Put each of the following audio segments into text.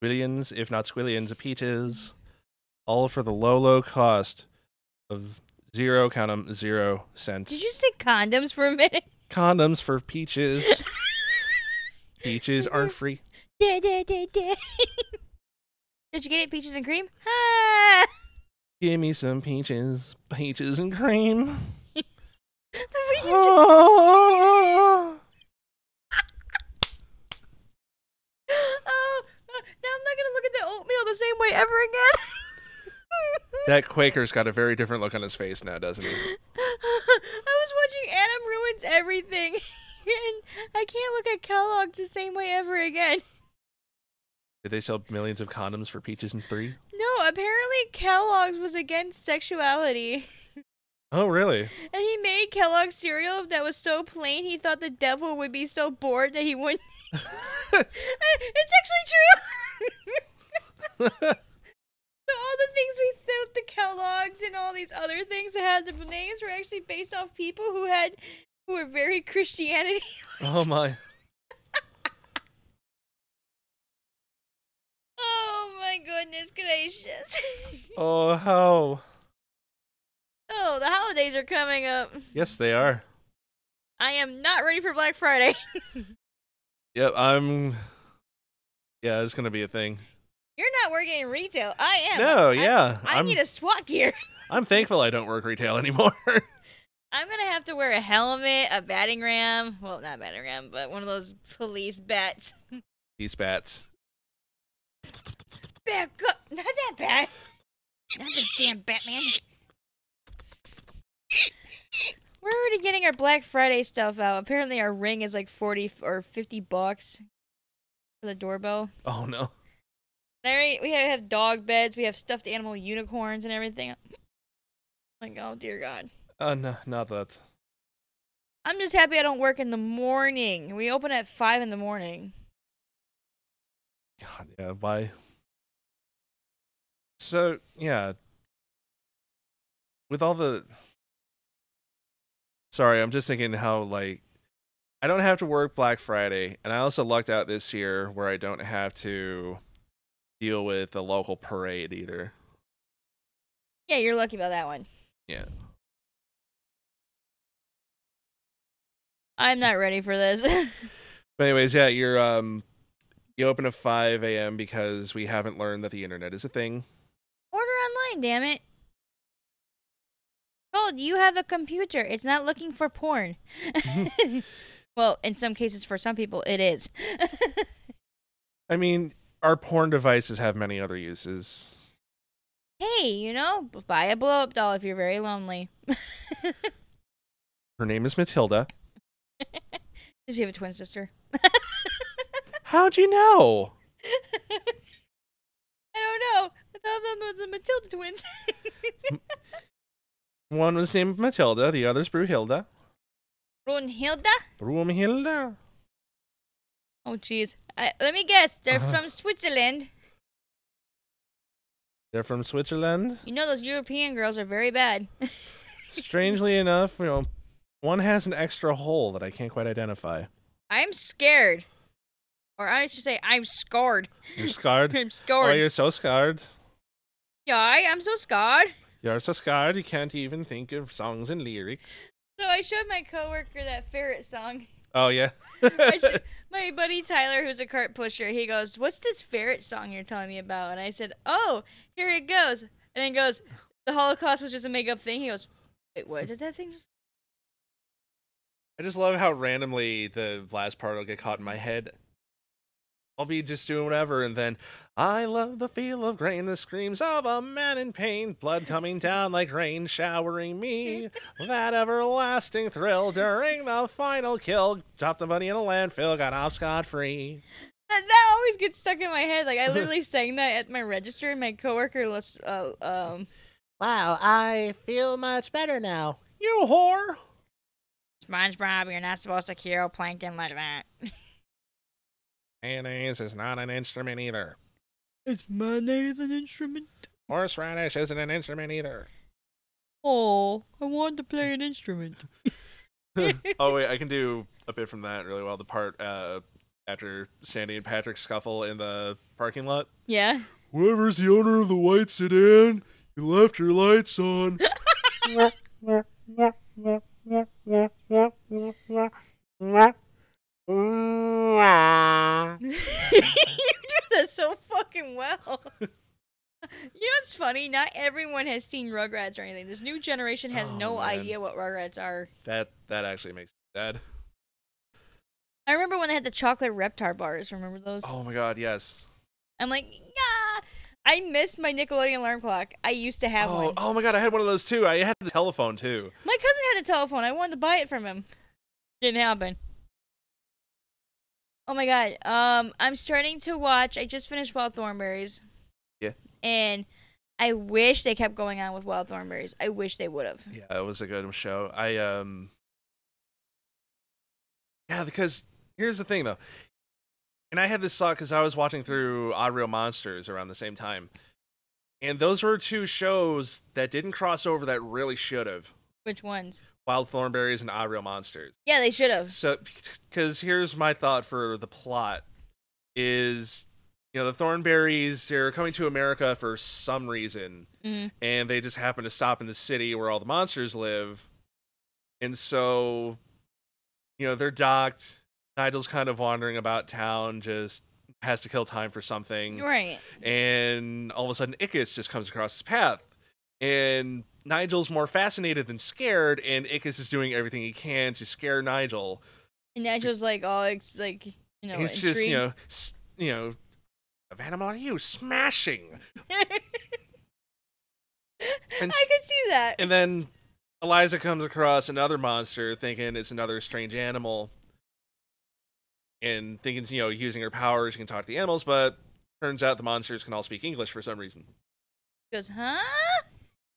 billions, if not squillions, of peaches, all for the low, low cost of zero, count 'em, zero cents. Did you say condoms for a minute? Condoms for peaches. peaches aren't free. Yeah, yeah, yeah, yeah. Did you get it? Peaches and cream? Ah! Give me some peaches, peaches and cream. We can ju- Ah. oh, uh, now I'm not gonna look at the oatmeal the same way ever again. that Quaker's got a very different look on his face now, doesn't he? I was watching Adam ruins everything, and I can't look at Kellogg's the same way ever again. Did they sell millions of condoms for peaches and three? No, apparently Kellogg's was against sexuality, Oh, really? and he made Kellogg's cereal that was so plain he thought the devil would be so bored that he wouldn't. Uh, it's actually true. So all the things we thought the Kellogg's and all these other things that had the names were actually based off people who had who were very Christianity. oh my. oh my goodness gracious! Oh how. oh, the holidays are coming up. Yes, they are. I am not ready for Black Friday. Yep, I'm Yeah, it's going to be a thing. You're not working in retail. I am. No, I- yeah. I I'm need a SWAT gear. I'm thankful I don't work retail anymore. I'm gonna have to wear a helmet, a batting ram. Well, not batting ram, but one of those police bats. These bats. Back up! Not that bad. Not the damn Batman. We're already getting our Black Friday stuff out. Apparently, our ring is like forty f- or fifty bucks for the doorbell. Oh no. And I already- we have- have dog beds. We have stuffed animal unicorns and everything. Like, oh dear God. Oh no, not that. I'm just happy I don't work in the morning. We open at five in the morning. God, yeah, why? So, yeah. With all the Sorry, I'm just thinking how like I don't have to work Black Friday, and I also lucked out this year where I don't have to deal with the local parade either. Yeah, you're lucky about that one. Yeah. I'm not ready for this. But anyways, yeah, you're um you open at 5 a.m. because we haven't learned that the internet is a thing. Order online, damn it. Cold, you have a computer. It's not looking for porn. well, in some cases, for some people, it is. I mean, our porn devices have many other uses. hey, you know, buy a blow up doll if you're very lonely. Her name is Matilda. Does she have a twin sister? How'd you know? I don't know. I thought them was the Matilda twins. One was named Matilda, the other's Bruhilda. Brunhilda? Brumhilda. Oh, jeez. I- Let me guess. They're Uh-huh. from Switzerland. They're from Switzerland. You know, those European girls are very bad. Strangely enough, you know, one has an extra hole that I can't quite identify. I'm scared. Or I should say, I'm scarred. You're scarred. I'm oh, scarred. you're so scarred. Yeah, I, I'm so scarred. You're so scarred you can't even think of songs and lyrics. So I showed my coworker that ferret song. Oh yeah. I sh- my buddy Tyler, who's a cart pusher, he goes, "What's this ferret song you're telling me about?" And I said, "Oh, here it goes." And he goes, "The Holocaust was just a make-up thing." He goes, "Wait, what did that thing just?" I just love how randomly the last part will get caught in my head. I'll be just doing whatever, and then I love the feel of grain, the screams of a man in pain, blood coming down like rain, showering me. That everlasting thrill during the final kill. Dropped the money in a landfill, got off scot free. That, that always gets stuck in my head. Like I literally sang that at my register, and my coworker was, uh, um, Wow, I feel much better now. You whore! SpongeBob, you're not supposed to kill plankton like that. Mayonnaise is not an instrument either. Is mayonnaise an instrument? Horseradish isn't an instrument either. Oh, I wanted to play an instrument. oh wait, I can do a bit from that really well. The part uh after Sandy and Patrick scuffle in the parking lot. Yeah. Whoever's the owner of the white sedan, you left your lights on. you do that so fucking well. You know what's funny? Not everyone has seen Rugrats or anything. This new generation has Oh, no man. idea what Rugrats are. That that actually makes me sad. I remember when they had the chocolate Reptar bars. Remember those? Oh my god, yes. I'm like, yeah. I missed my Nickelodeon alarm clock. I used to have Oh, one. oh my god, I had one of those too. I had the telephone too. My cousin had a telephone. I wanted to buy it from him. Didn't happen. Oh my god. Um, I'm starting to watch. I just finished Wild Thornberries. Yeah. And I wish they kept going on with Wild Thornberries. I wish they would have. Yeah, it was a good show. I um Yeah, because here's the thing though. And I had this thought because I was watching through Odd Real Monsters around the same time. And those were two shows that didn't cross over that really should have. Which ones? Wild Thornberries and Odd Real Monsters. Yeah, they should have. So, because here's my thought for the plot is, you know, the Thornberries they're coming to America for some reason, Mhm. and they just happen to stop in the city where all the monsters live, and so, you know, they're docked. Nigel's kind of wandering about town, just has to kill time for something Right. and all of a sudden Ickis just comes across his path. And Nigel's more fascinated than scared, and Ickis is doing everything he can to scare Nigel. And Nigel's like all ex- like you know He's intrigued. just, you know, s- you know, of animal are you smashing? And, s- I could see that. and then Eliza comes across another monster, thinking it's another strange animal, and thinking, you know, using her powers, she can talk to the animals. But turns out the monsters can all speak English for some reason. goes, huh?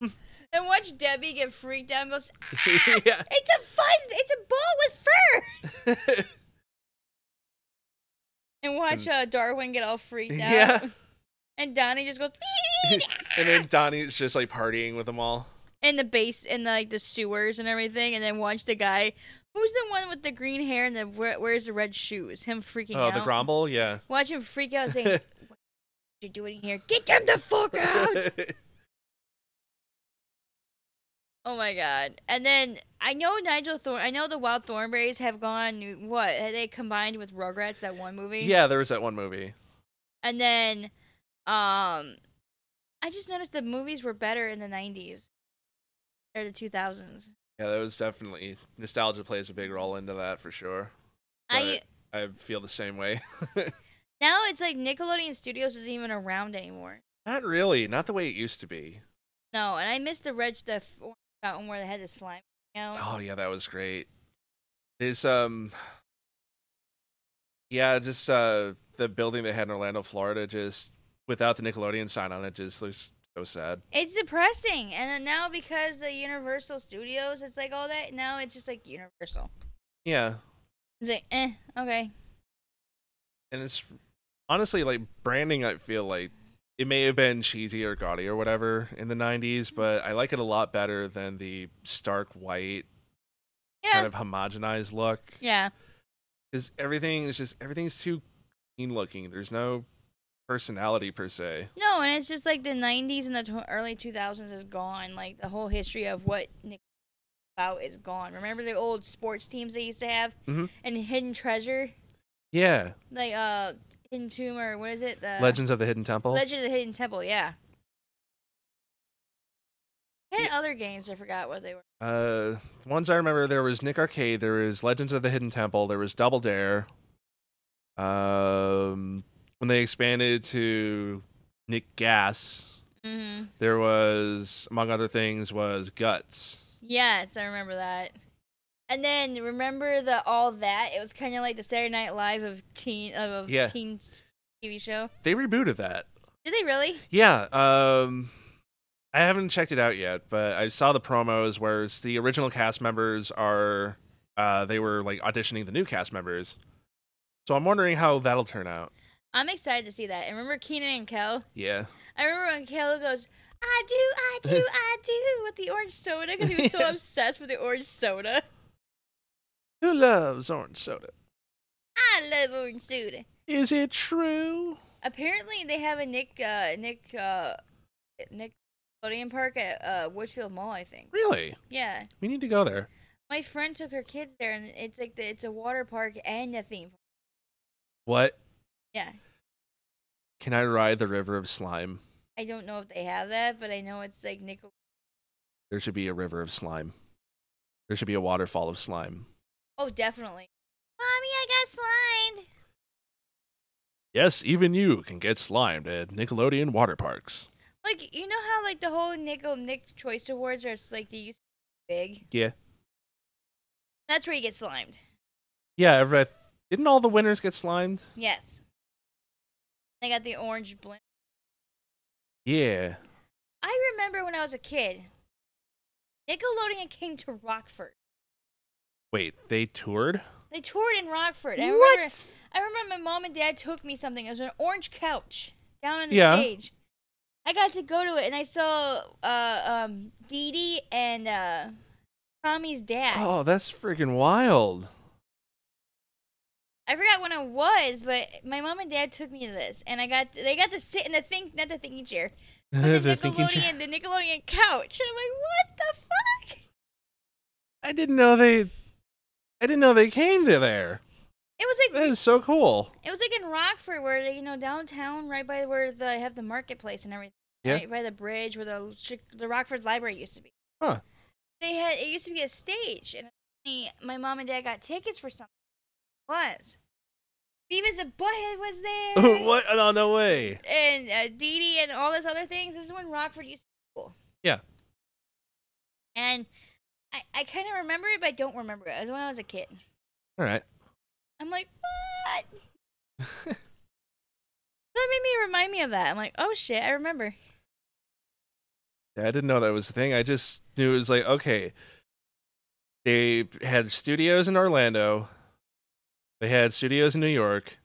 and watch Debbie get freaked out and goes, yeah. It's a fuzz. It's a ball with fur. And watch uh, Darwin get all freaked out. yeah. And Donnie just goes and then Donnie's just like partying with them all. in the base in the, like the sewers and everything. And then watch the guy who's the one with the green hair and the where, wears the red shoes. Him freaking Oh, out. the grumble, yeah. watch him freak out, saying, "What you doing here? Get them the fuck out!" Oh my god! And then I know Nigel Thorn. I know the Wild Thornberries have gone. What had they combined with Rugrats that one movie? yeah, there was that one movie. And then, um, I just noticed the movies were better in the '90s or the 2000s. Yeah, that was definitely nostalgia plays a big role into that for sure. I But I feel the same way. now it's like Nickelodeon Studios isn't even around anymore. Not really, not the way it used to be. No, and I missed the red the f- orange fountain where they had the slime. out. Oh yeah, that was great. There's um Yeah, just uh the building they had in Orlando, Florida just without the Nickelodeon sign on it just looks so sad. It's depressing. And then now because the Universal Studios, it's like all that. Now it's just like Universal. Yeah. It's like eh, okay. and it's honestly like branding i feel like it may have been cheesy or gaudy or whatever in the Mm-hmm. 90s but i like it a lot better than the stark white Yeah, kind of homogenized look yeah. because everything is just everything's too clean looking there's no personality per se No, and it's just like the '90s and the tw- early 2000s is gone. Like the whole history of what Nick about is gone. Remember the old sports teams they used to have Mhm. and Hidden Treasure, yeah like uh Hidden Tomb or what is it? The legends of the hidden temple Uh, Legend of the Hidden Temple. Yeah. And other games, I forgot what they were. uh the ones i remember there was nick arcade there was legends of the hidden temple there was double dare um when they expanded to nick gas Mm-hmm. there was among other things was guts Yes, I remember that. And then remember the all that? It was kind of like the Saturday Night Live of teen of, of Yeah. teen TV show. they rebooted that Did they really? yeah um i haven't checked it out yet but i saw the promos where it's the original cast members are uh they were like auditioning the new cast members so i'm wondering how that'll turn out I'm excited to see that. And remember Keenan and Kel? yeah I remember when Kel goes, I do, I do, I do, with the orange soda, because he was so obsessed with the orange soda. who loves orange soda I love orange soda. Is it true? Apparently, they have a Nick, uh, Nick, uh, Nick Nickelodeon Park at uh, Woodfield Mall, I think. Really? Yeah, We need to go there. my friend took her kids there, and it's like the, it's a water park and a theme park. What? Yeah, Can I ride the river of slime? I don't know if they have that, but I know it's like Nickel. There should be a river of slime. There should be a waterfall of slime. Oh, definitely. Mommy, I got slimed. Yes, even you can get slimed at Nickelodeon water parks. Like you know how like the whole Nickel Nick Choice Awards are it's like they used to be big. Yeah. That's where you get slimed. Yeah, I've read. Didn't all the winners get slimed? Yes. I got the orange blimp. Yeah. I remember when I was a kid, Nickelodeon came to Rockford. Wait, they toured? They toured in Rockford. I remember, What? I remember my mom and dad took me something. It was an orange couch down on the Yeah. stage. I got to go to it, and I saw uh, um, Dee Dee and uh, Tommy's dad. Oh, that's freaking wild. I forgot when it was, but my mom and dad took me to this, and I got they got to sit in the think not the thinking chair, but the, The thinking Nickelodeon chair. the Nickelodeon couch, and I'm like, what the fuck? I didn't know they. I didn't know they came to there. It was like That is so cool. it was like in Rockford, where they, you know downtown, right by where the have the marketplace and everything, Yeah. right by the bridge where the Chi- the Rockford Library used to be. Huh. They had it used to be a stage, and apparently my mom and dad got tickets for something. It was Beavis and Butthead was there, what? No, no way. and uh, Dee Dee and all this other things. This is when Rockford used to be cool. Yeah. And I I kind of remember it, but I don't remember it. It was when I was a kid. All right. I'm like, what? That made me remind me of that. I'm like, oh shit, I remember. Yeah, I didn't know that was a thing. I just knew it was like, okay, they had studios in Orlando, they had studios in New York,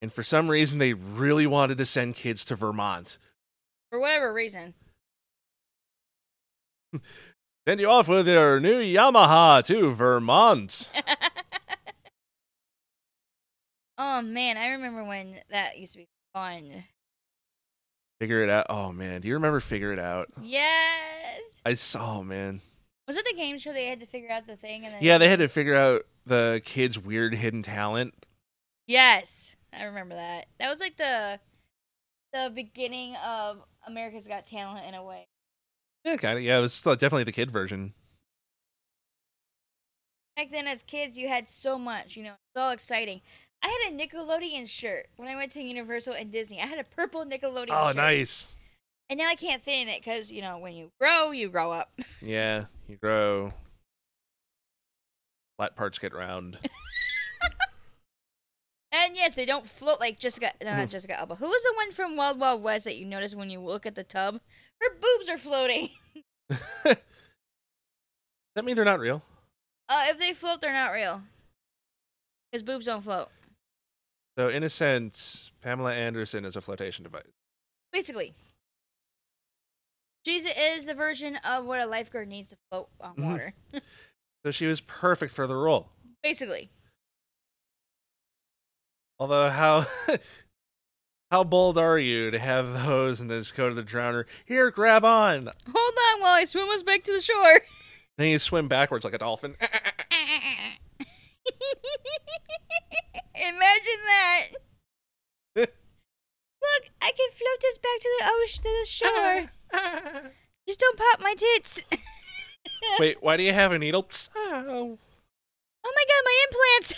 and for some reason, they really wanted to send kids to Vermont. For whatever reason. Send you off with your new Yamaha to Vermont. oh man, I remember when that used to be fun. Figure it out. Oh, man. Do you remember Figure It Out? Yes. I saw, man. Was it the game show they had to figure out the thing and then Yeah, they had to figure out the kids' weird hidden talent. Yes. I remember that. That was like the the beginning of America's Got Talent in a way. Yeah, kind of. Yeah, it was still definitely the kid version. back then as kids you had so much you know it's all exciting i had a nickelodeon shirt when i went to universal and disney i had a purple nickelodeon Oh, shirt nice. and now i can't fit in it because you know when you grow you grow up Yeah, you grow. Flat parts get round. and yes they don't float like jessica no not Mhm. jessica alba who was the one from wild wild west that you notice when you look at the tub her boobs are floating Does that mean they're not real? uh, if they float they're not real because boobs don't float So, in a sense, Pamela Anderson is a flotation device. basically jesus is the version of what a lifeguard needs to float on Mhm. water So she was perfect for the role. basically Although, how how bold are you to have those and then just go to the drowner? Here, grab on. And Hold on while I swim us back to the shore. then you swim backwards like a dolphin. Imagine that. Look, I can float us back to the ocean, to the shore. Just don't pop my tits. Wait, why do you have a needle? Oh. Oh my god, my implants.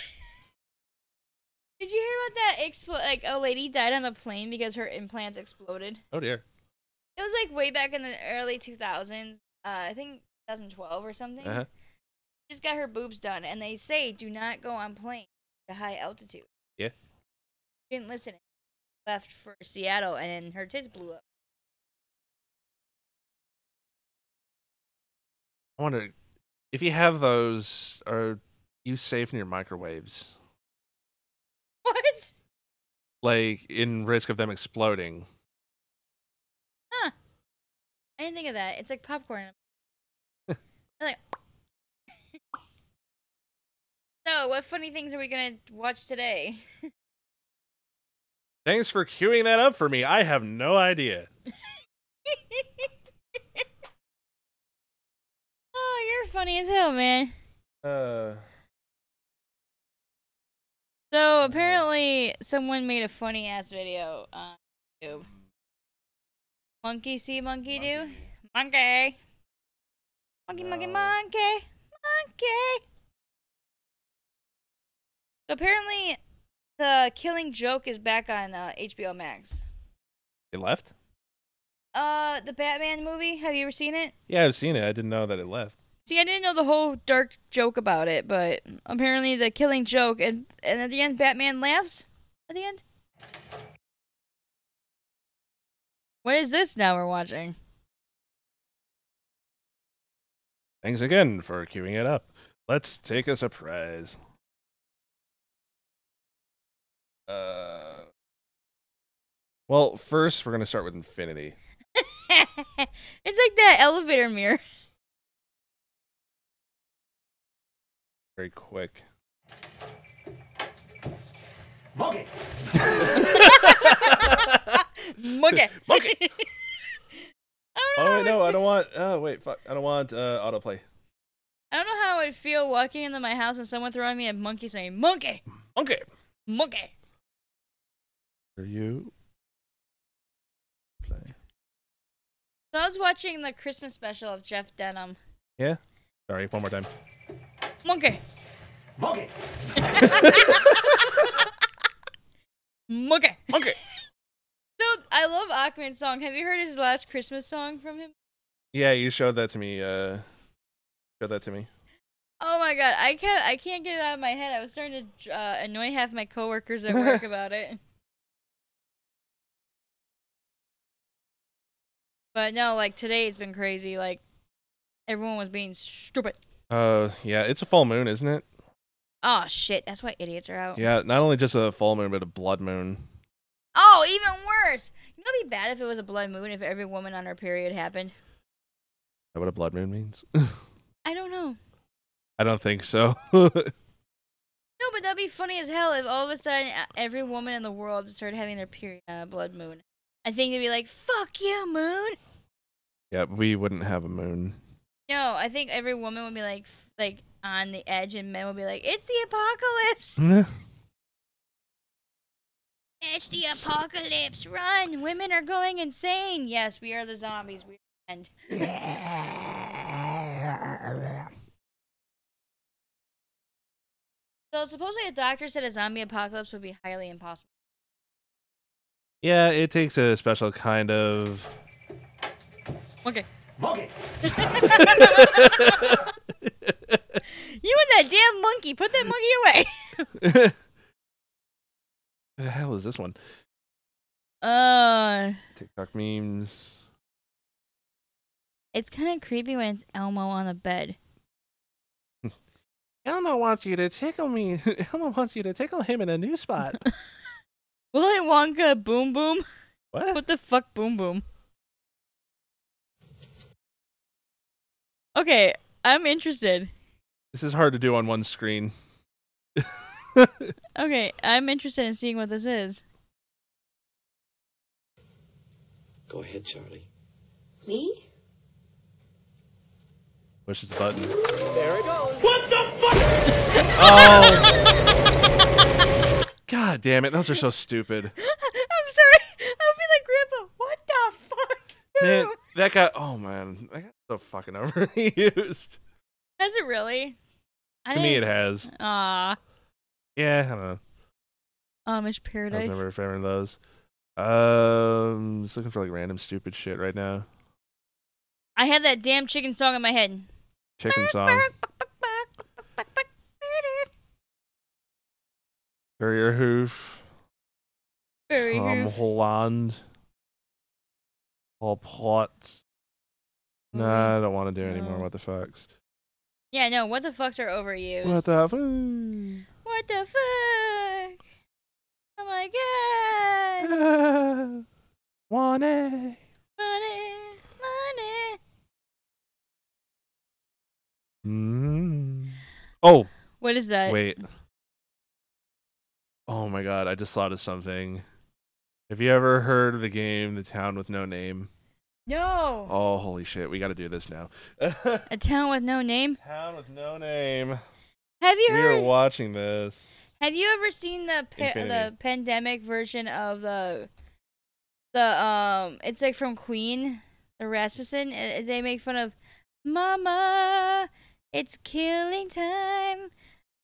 Did you hear about that? Expl- like a lady died on a plane because her implants exploded. oh dear. It was like way back in the early 2000s. Uh, I think 2012 or something. Uh-huh. Just got her boobs done, and they say do not go on plane to high altitude. Yeah. Didn't listen. Left for Seattle, and then her tits blew up. I wonder if you have those, are you safe near microwaves? What? Like, in risk of them exploding? I didn't think of that. It's like popcorn. They're like. so So, what funny things are we gonna watch today? Thanks for queuing that up for me. I have no idea. oh, you're funny as hell, man. Uh, So apparently, someone made a funny ass video on YouTube. Monkey see, monkey do, monkey, monkey, monkey, No. monkey, monkey. So apparently, the Killing Joke is back on uh, HBO Max. it left? Uh, the Batman movie. Have you ever seen it? Yeah, I've seen it. I didn't know that it left. See, I didn't know the whole dark joke about it, but apparently the killing joke, and and at the end, Batman laughs. At the end. What is this now we're watching? Thanks again for queuing it up. Let's take a surprise. Uh, well, first we're gonna start with Infinity. it's like that elevator mirror. Very quick. Monkey! Monkey. Monkey. I don't know. how Oh wait, no, I, I don't want. Oh wait, fuck, I don't want uh, autoplay. I don't know how I would feel walking into my house and someone throwing me a monkey saying "monkey, Okay. monkey." Are you? Play. So I was watching the Christmas special of Jeff Denham. Yeah. Sorry, one more time. Monkey, Monkey! monkey. Okay. So I love Achman's song. Have you heard his last Christmas song from him? Yeah, you showed that to me. Uh, showed that to me. Oh my god, I can't I can't get it out of my head. I was starting to uh, annoy half my coworkers at work about it. But no, like today it's been crazy. Like everyone was being stupid. Uh, yeah, it's a full moon, isn't it? Oh shit, that's why idiots are out. Yeah, not only just a full moon, but a blood moon. Oh, even worse. You know, it'd be bad if it was a blood moon if every woman on her period happened. Is that what a blood moon means? I don't know. I don't think so. No, but that'd be funny as hell if all of a sudden uh, every woman in the world started having their period uh, blood moon. I think they'd be like, "Fuck you, moon." yeah, we wouldn't have a moon. No, I think every woman would be like, f- like on the edge, and men would be like, "It's the apocalypse! It's the apocalypse! Run! Women are going insane! Yes, we are the zombies. We end." So supposedly a doctor said a zombie apocalypse would be highly impossible. yeah, it takes a special kind of. Okay, Monkey! you and that damn monkey, put that monkey away. the hell is this one? Uh, TikTok memes. it's kind of creepy when it's Elmo on the bed. Elmo wants you to tickle me. Elmo wants you to tickle him in a new spot. Willy Wonka, boom boom. what? What the fuck, boom boom? Okay, I'm interested. This is hard to do on one screen. Okay, I'm interested in seeing what this is. Go ahead, Charlie. Me? Pushes the button. There it goes. Oh. God damn it. Those are so stupid. I'm sorry. I'll be like, Grandpa, what the fuck? Man, that got, oh man, that got so fucking overused. Has it really? I to me, it didn't- has. Aw, Yeah, I don't know. Amish I was Paradise. never a fan of those. Um, just looking for like random stupid shit right now. I had that damn chicken song in my head. Chicken song. Courier hoof. Um, Very Tom hoof. Holland. Paul Potts. No, I don't want to do anymore. Mm-hmm. No. What the fucks? Yeah, no. What the fucks are overused? What the fuck? What the fuck? Oh my god! One A. Money, money. Mm. Oh, What is that? Wait. Oh my god, I just thought of something. Have you ever heard of the game The Town with No Name? No. Oh, holy shit, we got to do this now. A town with no name. Town with No Name. Have you We are heard? watching this. have you ever seen the pa- the Infinity. pandemic version of the the um? It's like from Queen, the Rasmussen. and- and They make fun of Mama. It's killing time.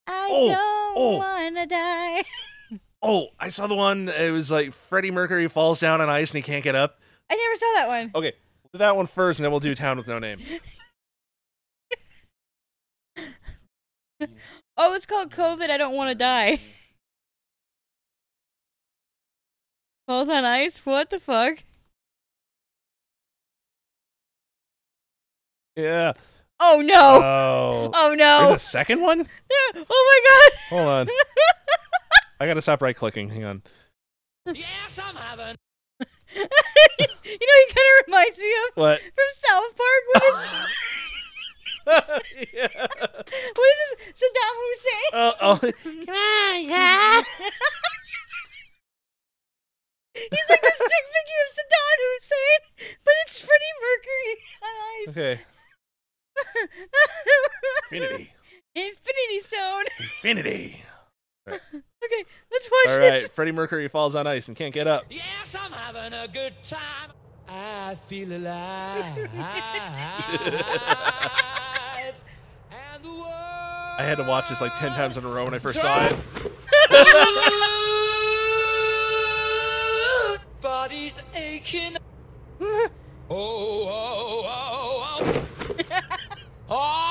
I Oh, don't oh. wanna die. Oh, I saw the one. It was like Freddie Mercury falls down on ice and he can't get up. I never saw that one. Okay, we'll do that one first, and then we'll do Town with No Name. Oh, it's called COVID. I don't want to die. Falls on ice. What the fuck? Yeah. Oh no. Oh. oh There's no. a second one? Yeah, Oh my Hold on. god. I gotta stop right clicking. Hang on. you know, he kind of reminds me of What? from South Park. What is, yeah. what is this? Saddam Hussein? Oh, oh. He's like the stick figure of Saddam Hussein, but it's Freddie Mercury on ice. Okay. Infinity. Infinity Stone. Infinity. Okay, let's watch All this. right. Freddie Mercury falls on ice and can't get up. Yes, I'm having a good time. I feel alive. and the world. I had to watch this like 10 times in a row when I first saw it. Body's aching. oh, oh, oh, oh. oh.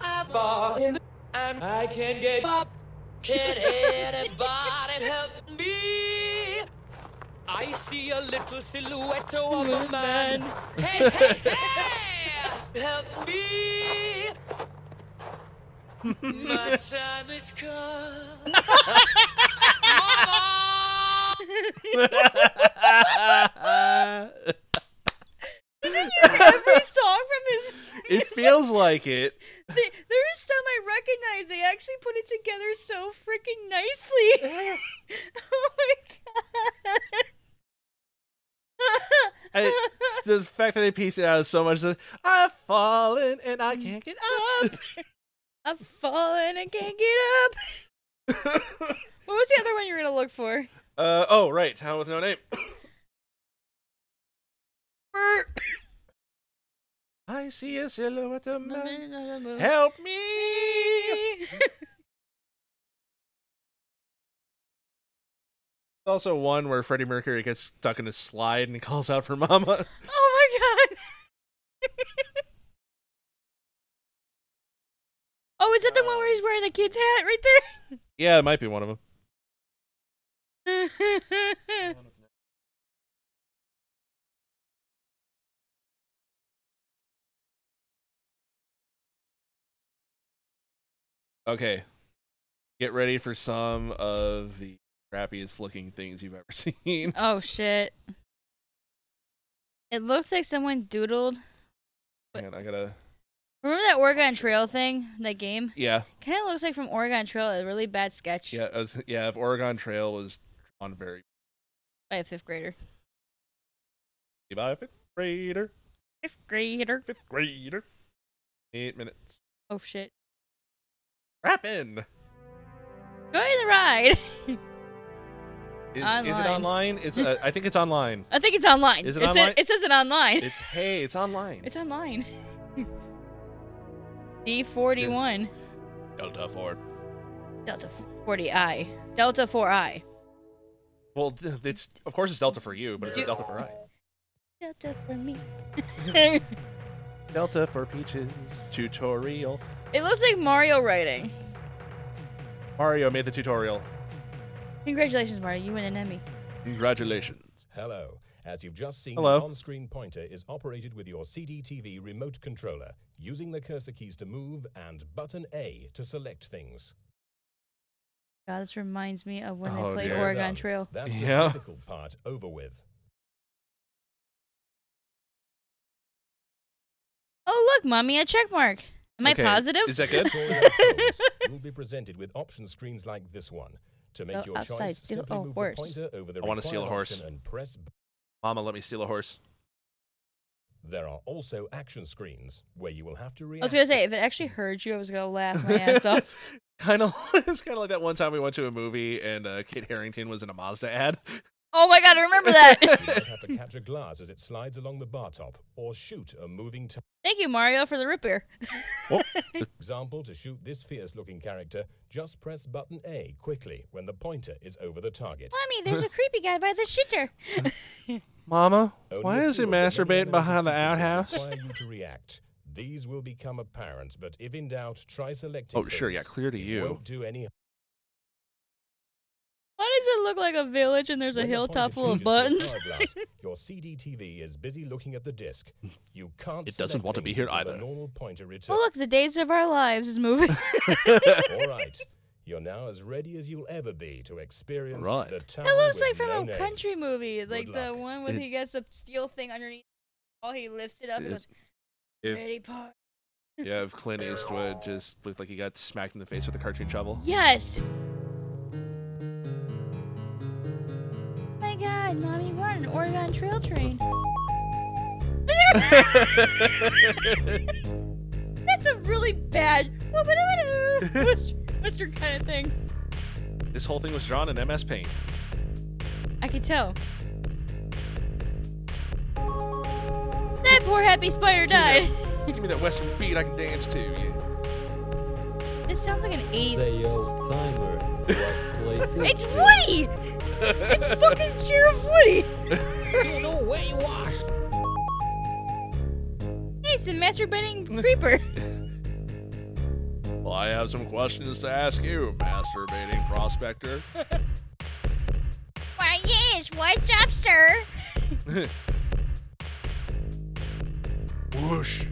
I've fallen and I can't get up. Can anybody help me? I see a little silhouette of a man. Hey, hey, hey! Help me! My time is come. Mama! Every song from his. It feels like it. They, there is some I recognize. They actually put it together so freaking nicely. oh my god. I- the fact that they piece it out is so much that I've fallen and I can't get up. I'm falling. I can't get up. What was the other one you were gonna look for? uh, oh, right. Town with no name. Burp. I see a silhouette of man. Help me. Also, one where Freddie Mercury gets stuck in a slide and calls out for mama. oh my god. oh, is that the one where Uh. he's wearing the kid's hat right there? Yeah, it might be one of them. oh Okay. Get ready for some uh, of the crappiest looking things you've ever seen. Oh, shit. It looks like someone doodled. Man, I gotta. Remember that Oregon Trail thing? That game? Oh, Yeah, Kind of looks like from Oregon Trail, a really bad sketch yeah, I was, yeah. If Oregon Trail was on very by a fifth grader. by a fifth grader, Fifth grader. fifth grader, eight minutes. Oh shit. Rapping. Join the ride. Is, is it Online. online? It's. Uh, I think it's online. I think it's online. Is it says- online? it says it online. It's, It's hey, it's online. online. D41. Delta Ford. Delta 40i. Delta 4i. Well, d- it's of course it's Delta for you, but it's Do- Delta for I. Delta for me. Delta for peaches. Tutorial. It looks like Mario writing. Mario made the tutorial. Congratulations, Mario. You win an Emmy. Congratulations. Hello. As you've just seen, Hello. the on-screen pointer is operated with your CDTV remote controller, using the cursor keys to move and button A to select things. God, this reminds me of when Oh, I played dear. Oregon Done. Trail. That's Yeah. the difficult part over with. Oh, look, mommy, a check mark. Am I Okay, positive? Is that good? Tutorial codes will be presented with option screens like this one. To make Go your outside, choice, steal- simply oh, move horse. the pointer over the I wanna steal a required horse. option and press. B- Mama, let me steal a horse. There are also action screens where you will have to I react. was gonna say if it actually heard you, I was gonna laugh my ass off. kind of, it's kind of like that one time we went to a movie and uh, Kit Harrington was in a Mazda ad. Oh my god, I remember that. You might have to catch a glass as it slides along the bar top, or shoot a moving target. Thank you, Mario, for the root beer. Example to shoot this fierce-looking character, just press button A quickly when the pointer is over the target. Mommy, there's a creepy guy by the shitter. Mama, Only why a is few he of the many masturbating animated behind the sequences outhouse? Require you to react. These will become apparent, but if in doubt, try selecting. Oh, sure, yeah, things. clear to It you. Won't do any. Why does it look like a village and there's a When the hilltop pointer full of changes to a buttons? hourglass, Your CDTV is busy looking at the disc. You can't. It doesn't select want to be things here until either. The normal pointer Well, returns. look, the days of our lives is moving. All right. You're now as ready as you'll ever be to experience Right. the That town. That looks with like from no a name. country movie, like the luck. one where It- he gets the steel thing underneath. Oh, he lifts it up and It- goes, If, "Ready, part." yeah, if Clint Eastwood just looked like he got smacked in the face with a cartoon shovel. Yes. my God, mommy, we're on an Oregon Trail train. That's a really bad Western kind of thing. This whole thing was drawn in MS Paint. I could tell. That poor happy spider died. Give me that Western beat I can dance to. Yeah. This sounds like an 80s. Say, old timer, what place is It's Woody! It's fucking Sheriff Woody! you know where you are? Hey, it's the masturbating creeper. Well, I have some questions to ask you, masturbating prospector. Why, yes, what's up, sir? Whoosh.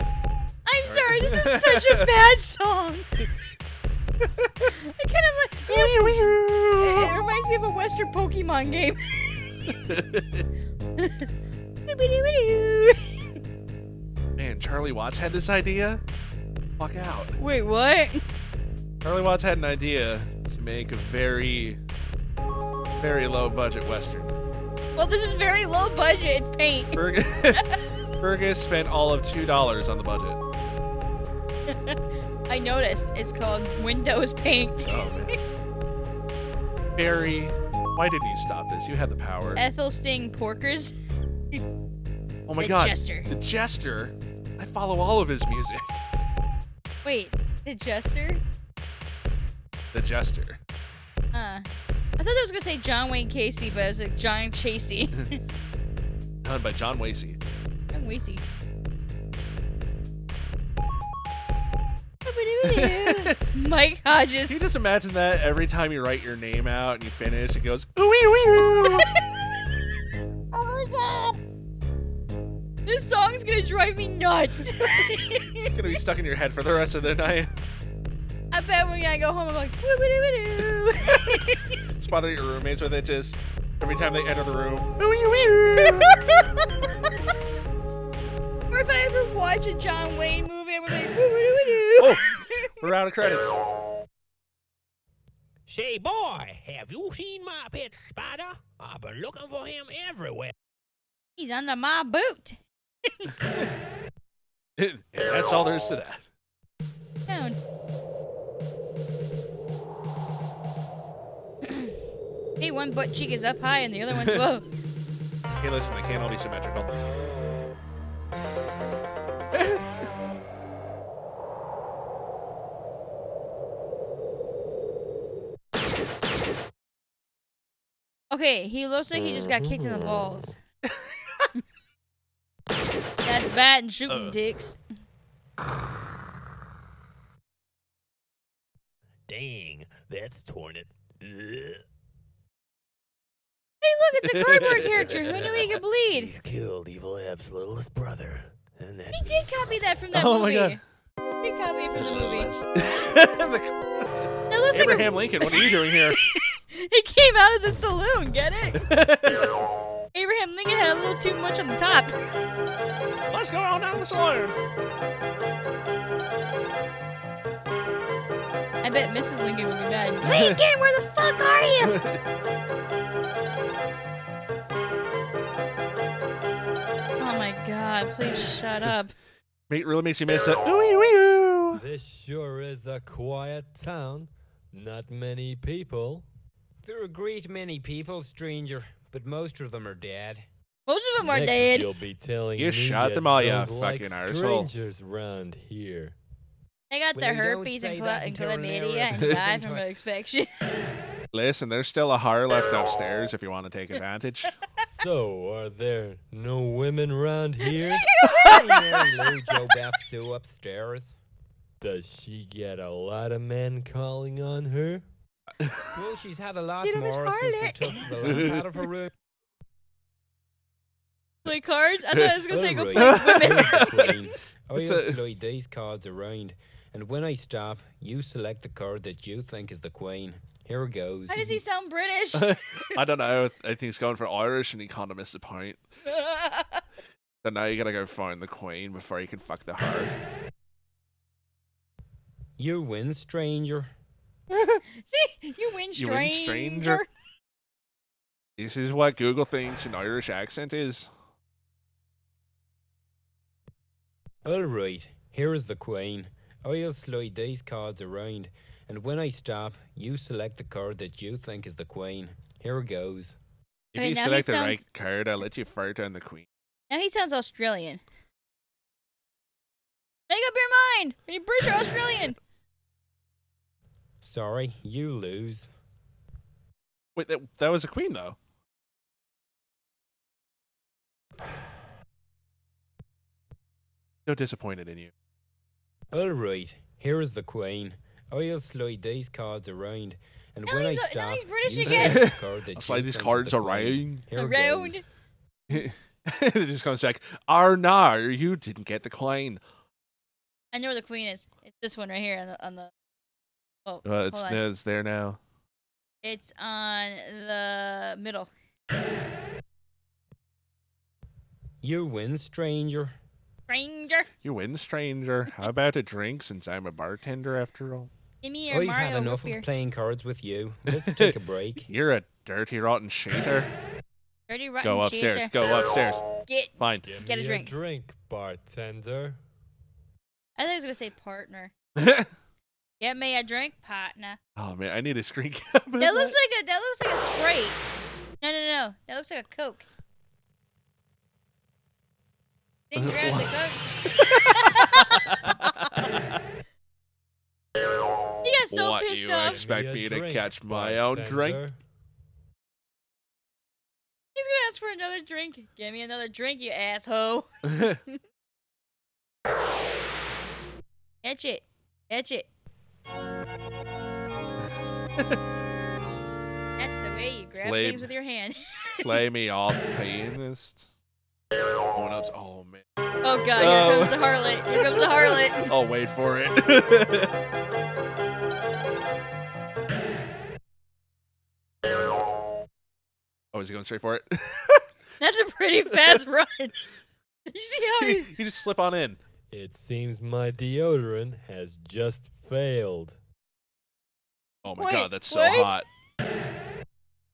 I'm sorry, this is such a bad song. I kind of like. it reminds me of a Western Pokemon game. Man, Charlie Watts had this idea? Fuck out. Wait, what? Charlie Watts had an idea to make a very, very low budget Western. Well, this is very low budget. It's paint. Ferg- Fergus spent all of $2 on the budget. I noticed. It's called Windows Paint. Oh, man. Barry, why didn't you stop this? You had the power. Ethel Sting Porkers. oh my Uh, the god. Jester. The Jester? I follow all of his music. Wait, the Jester? The Jester. Uh, I thought I was gonna say John Wayne Casey, but it was like John Chasey. Done by John Wasey. John Wasey. Mike Hodges. Can you just imagine that every time you write your name out and you finish, it goes, ooh, ooh, ooh. Oh This song's gonna drive me nuts. It's going to be stuck in your head for the rest of the night. I bet when I go home, I'm like, woo Just bother your roommates with it. Just every time they enter the room, Or if I ever watch a John Wayne movie, I'm gonna be like, woo oh, we're out of credits. Say, boy, have you seen my pet spider? I've been looking for him everywhere. He's under my boot. And that's all there is to that. Down. hey, one butt cheek is up high and the other one's low. Hey, listen, they can't all be symmetrical. Okay, he looks like he just got kicked in the balls. Mm-hmm. That's bad and shooting Uh. dicks. Dang, that's torn it. Ugh, Hey, look, it's a cardboard character. Who knew he could bleed? He's killed Evil Eb's littlest brother. And that He did copy that from that Oh my movie. God. He did copy it from the movie. The- That looks like a, Abraham Lincoln, what are you doing here? he came out of the saloon. Get it? Abraham think it had a little too much on the top. Let's go on down the slaughter. I bet Mrs. Lincoln would be mad. Lincoln, where the fuck are you? oh my god, please shut up. It really makes you miss a ooey wee This sure is a quiet town. Not many people. There are a great many people, stranger, but most of them are dead. Most of them are Next dead. You'll be telling You me shot them all, you don't like fucking arsehole. Strangers round here. They got Well, their you don't herpes say and, cla- that and until an chlamydia hour and after died the from time. an infection. Listen, there's still a horror left upstairs if you want to take advantage. So, are there no women round here? Mary Lou Joe Beth Sue upstairs. Does she get a lot of men calling on her? Well, she's had a lot Get him more his harlot. since we took the lamp out of her room. play cards? I thought I was gonna say go Alright. play with women. Queen, I It's will a- slide Oh, these cards around, and when I stop, you select the card that you think is the queen. Here goes. Why does he sound British? I don't know. I think he's going for Irish and he kind of missed the point. So now you gotta go find the queen before you can fuck the hard. You win, stranger. See, you win, You win, stranger. stranger. This is what Google thinks an Irish accent is. All right, here is the queen. I'll slide these cards around, and when I stop, you select the card that you think is the queen. Here goes. If Right, you now he select the sounds- right card, I'll let you fart on the queen. Now he sounds Australian. Make up your mind. Are you British or Australian? Sorry, you lose. Wait, that, that was a queen though. So disappointed in you. All right, here is the queen. I'll slide these cards around, and Now when I he's- now stop, he's British you again. select the card that I'll you slide these think is cards the queen. around. Here Around. goes. it just comes back. Ar no, you didn't get the coin. I know where the queen is. It's this one right here on the on the. Oh, Well, Uh, it's, hold on. it's there now. It's on the middle. You win, stranger. Stranger, You win, stranger. How about a drink since I'm a bartender after all? give me your I've Mario had enough root beer. of playing cards with you. Let's take a break. You're a dirty, rotten cheater. Dirty rotten Go upstairs. cheater. Go upstairs. Get. Fine. Give Get a me drink. drink, bartender. I thought I was gonna say partner. oh Get me a drink, partner. man, I need a screen cap. of That looks like a that looks like a sprite. No, no, no. That looks like a Coke. Didn't grab the Coke. he got so What pissed you off. Give ex- Expect a me to drink, catch my own drink? bartender. He's gonna ask for another drink. Give me another drink, you asshole. that. Etch it. Etch it. That's the way you grab Played. things with your hand. Play me off, pianist. Going up. Oh man. Oh god, Oh. here comes the harlot. Here comes the harlot. I'll wait for it. oh, is he going straight for it? That's a pretty fast run. You see how you he just slip on in. It seems my deodorant has just failed. Oh my Wait, god, that's so what? hot.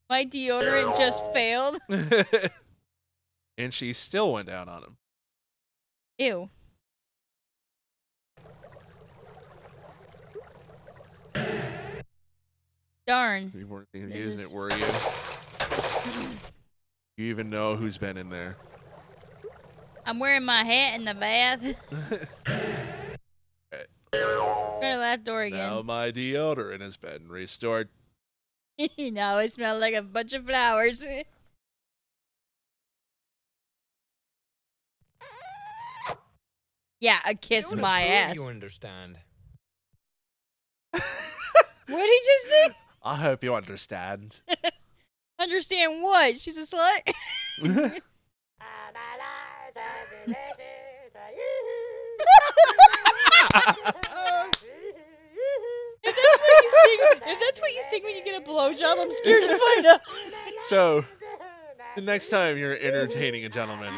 my deodorant just failed? and she still went down on him. Ew. Darn. You weren't This using is- it, were you? You even know who's been in there. I'm wearing my hat in the bath. Try the last door Now again. my deodorant has been restored. now I smell like a bunch of flowers. yeah, a kiss Don't my approve, ass. You understand? What did he just say? I hope you understand. Understand what? She's a slut. if, that's what you sing, if that's what you sing when you get a blowjob, I'm scared to find out. so The next time you're entertaining a gentleman,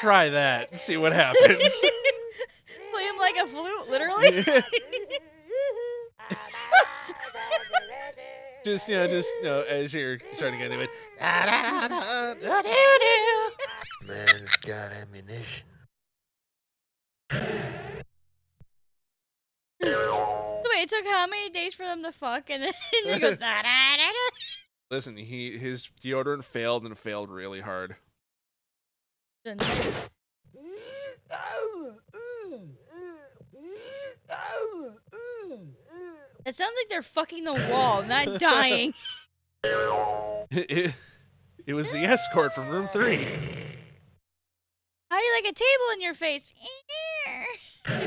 try that. and See what happens. Play him like a flute, literally. just you know, just you know, as you're starting to get into it. Man's got ammunition. Wait, it took how many days for them to fuck? And then it goes. Da, da, da, da. Listen, he his deodorant failed and failed really hard. And- It sounds like they're fucking the wall, not dying. It, it, it was the escort from room three. How you like a table in your face? Eh,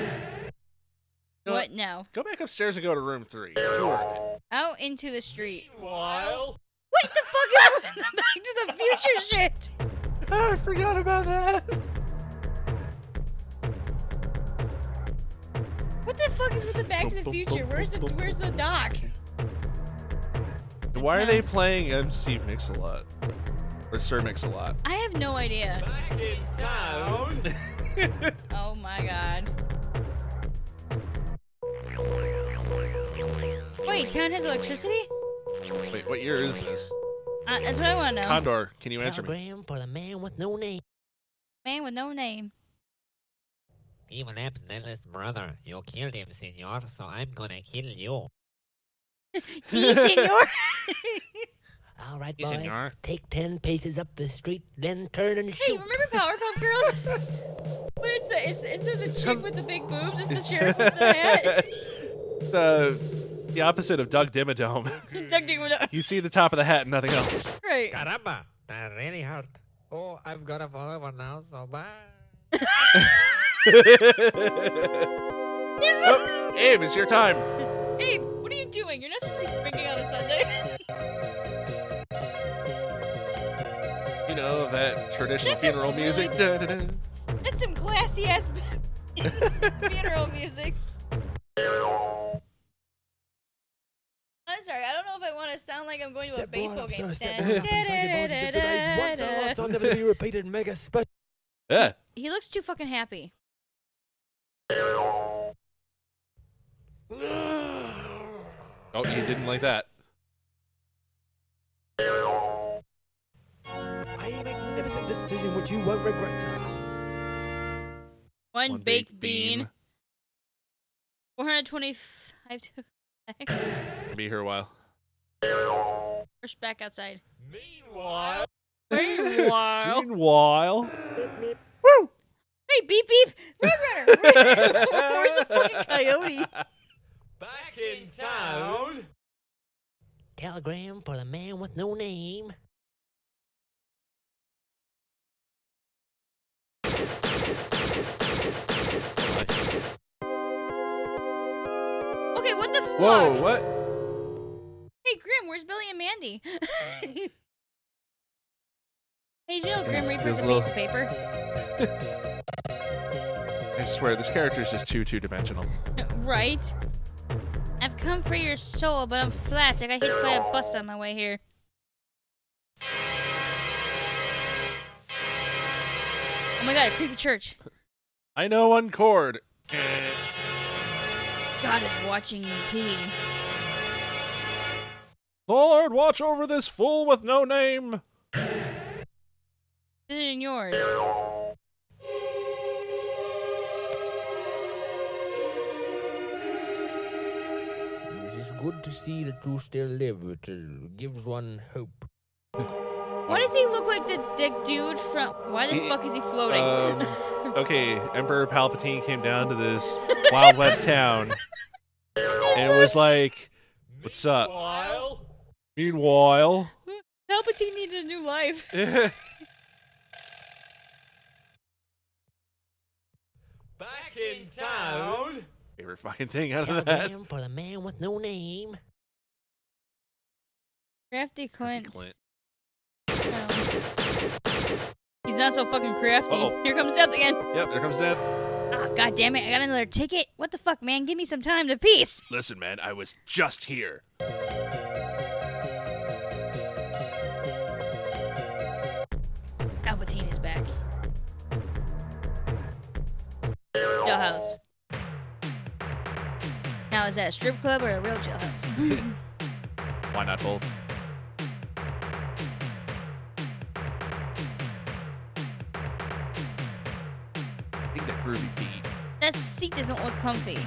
know what now? Go back upstairs and go to room three. You earned it. Out into the street. While What the fuck is with the Back to the Future shit? Oh, I forgot about that. What the fuck is with the Back to the Future? Where's the Where's the doc? Why are not- they playing um, Steve Mix a lot? Or Sir Mix a lot? I have no idea. back in town, Oh my god. Wait, town has electricity? Wait, what year is this? Uh, that's what I want to know. Condor, can you answer me? Program for the man with no name. Man with no name. Even Abnella's brother, you killed him, senor, so I'm gonna kill you. See, senor. All right, boy. Take ten paces up the street, then turn and Hey, shoot. remember Powerpuff Girls? but it's the it's it's the chick with the big boobs. It's the sheriff with the hat. the, the opposite of Doug Dimmadome. Duck, duck, duck. you see the top of the hat and nothing else. Right. Caramba, that really hurt. Oh, I've got to fall over now, so bye. oh, Abe, it's your time. Abe, what are you doing? You're not supposed to be drinking on a Sunday. You know, that traditional That's a funeral really- music. Da-da-da. That's some classy ass funeral music. I'm sorry. I don't know if I want to sound like I'm going to a Step right baseball up, game. sir. Step right up and take advantage of today's once in a lifetime, never to be repeated mega special. Yeah. He looks too fucking happy. Oh, you didn't like that. I make magnificent decision which you won't regret. sir. One, One baked, bean. 425 to bean. Be here a while. rush back outside. meanwhile, Meanwhile. Meanwhile. hey, beep beep! Road Runner! Where's the fucking coyote? back in town, Telegram for the man with no name. Okay, what the fuck? Whoa, what? Hey, Grim, where's Billy and Mandy? Uh. hey, Jill, Grim Reaper's There's a a little- piece of paper. I swear, this character is just too two dimensional. Oh right? I've come for your soul, but I'm flat. I got hit by a bus on my way here. Oh my god, a creepy church. I know one chord. God is watching you pee. Lord, watch over this fool with no name. This isn't yours. It is good to see that you still live. It uh, gives one hope. Why does he look like the, the dude from. Why the He- fuck is he floating? Um, okay, Emperor Palpatine came down to this Wild West town and was like, What's up? while, Meanwhile, Palpatine needed a new life. back in town, favorite fucking thing out of that. Telegram for the man with no name. Crafty Clint. Oh. Clint. He's not so fucking crafty. Uh-oh. Here comes death again. Yep, there comes that. Oh, god damn it. I got another ticket. What the fuck, man? Give me some time to peace. Listen, man, I was just here. is that a strip club or a real jailhouse? Why not both? Dig that groovy beat. that seat doesn't look comfy.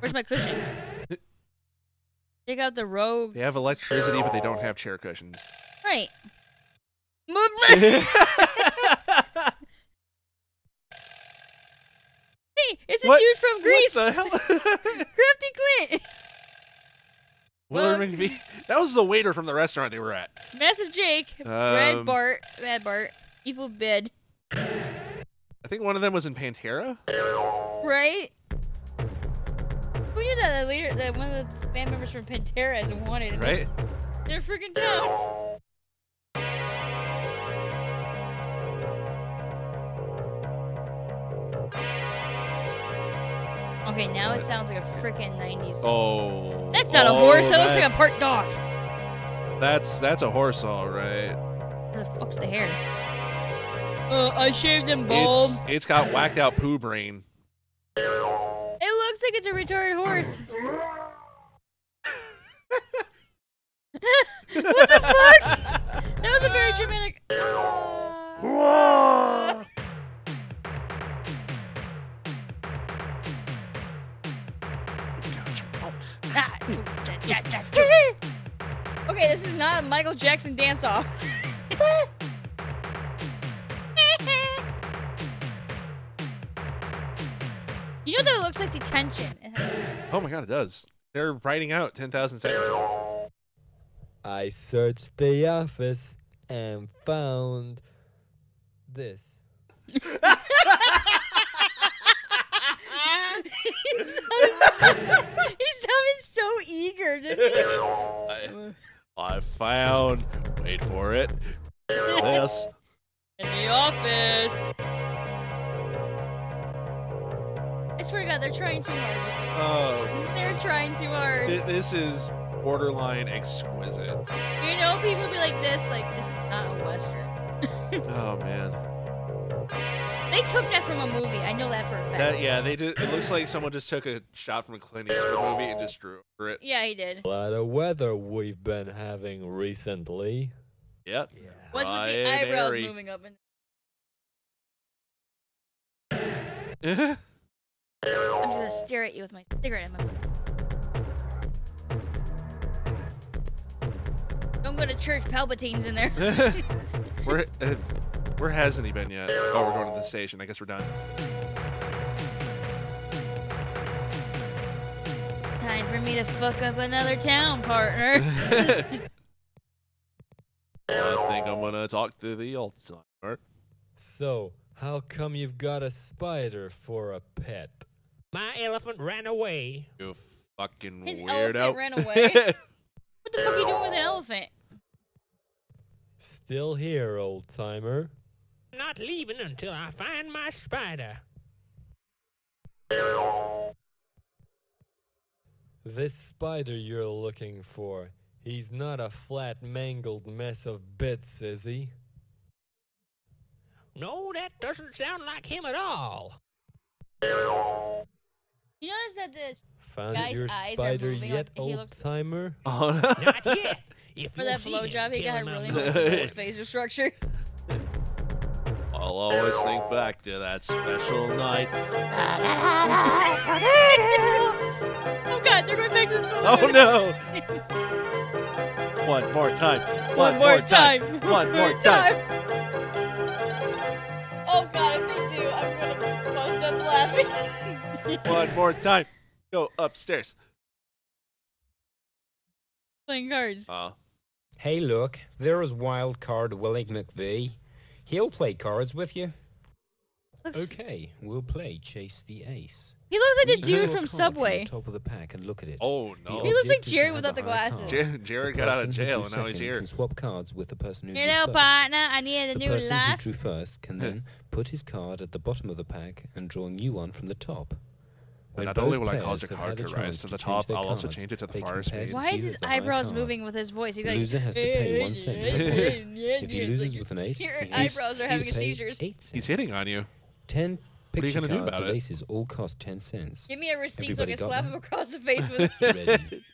Where's my cushion? Take out the rogue. They have electricity, but they don't have chair cushions. Right. Move. Hey, it's a What- dude from what Greece. the hell? Crafty Clint. Willard McVie. That was the waiter from the restaurant they were at. Massive Jake. Red Um, Bart. Mad Bart. Evil Bed. I think one of them was in Pantera. Right? Who knew that the leader, that one of the band members from Pantera is wanted? and Right? They're freaking down. Okay, now it sounds like a freaking 90s. Oh. That's not a oh, horse. That looks that- like a parked Oh. dog. That's that's a horse, all right. Where the fuck's the hair? Uh, I shaved him bald. It's it's got whacked out poo brain. It looks like it's a retarded horse. what the fuck? That was a very dramatic. Ah. okay, this is not a Michael Jackson dance off. you know that it looks like detention. Oh my god, it does. They're writing out ten thousand sentences. I searched the office and found this. he, sounded so, he sounded so eager. Didn't he? I, I found. Wait for it. This. Um, In the office. I swear to God, they're trying too hard. Oh, They're trying too hard. thi- this is borderline exquisite. You know, people be like this, like this is not a western. Oh man. They took that from a movie. I know that for a fact. That yeah, they just. It looks like someone just took a shot from a Clint Eastwood movie and just drew over it. Yeah, he did. Lot of weather we've been having recently. Yep. What's with the Ryan eyebrows Airy. moving up and I'm just gonna stare at you with my cigarette in my mouth. Don't go to church. Palpatine's in there. where, uh, where hasn't he been yet? Oh, we're going to the station. I guess we're done. Time for me to fuck up another town, partner. I think I'm gonna talk to the Alzheimer. So, how come you've got a spider for a pet? My elephant ran away. You fucking His weirdo. elephant ran away. what the fuck are you doing with an elephant? Still here, old timer. Not leaving until I find my spider. This spider you're looking for, he's not a flat, mangled mess of bits, is he? No, that doesn't sound like him at all. You notice that the Found guy's your eyes are spider moving yet, on, he old looks timer? Oh, Not yet. If for you that see him, blowjob he tell got him really I'm nice looking. his facial structure. I'll always think back to that special night. oh god, they're going back to the Oh no! One more time. One, more time. One more time. Oh god, if they do, I'm gonna bust up laughing. One more time. Go upstairs. Playing cards. Uh, Hey, look, there is wild card Willie McVie. He'll play cards with you. Looks- Okay, we'll play Chase the Ace. He looks like the You dude draw a from card from Subway. the top of the pack and look at it. oh The no. He looks like object is to Jerry have without the high card. glasses. Jer- Jerry got out of person who jail drew and now he's second here. Can swap cards with the person who You drew know, first. partner, I need a The new person life. who drew first can then put his card at the bottom of the pack and draw a new one from the top. When not only both will I players cause your have card had a to rise chance to the change top, their I'll also cards, change it to the they can forest compare page. to Why see is his that the high eyebrows card moving with his voice? He's the like, loser has to pay one cent per point. If he It's loses like with an your- eight, your he eyebrows has are having to pay seizures. eight He's cents. hitting on you. Ten What are you Picture gonna do cards about and it? aces all cost 10 cents. Give me a receipt so I Everybody can got slap one? him across the face with. Ready.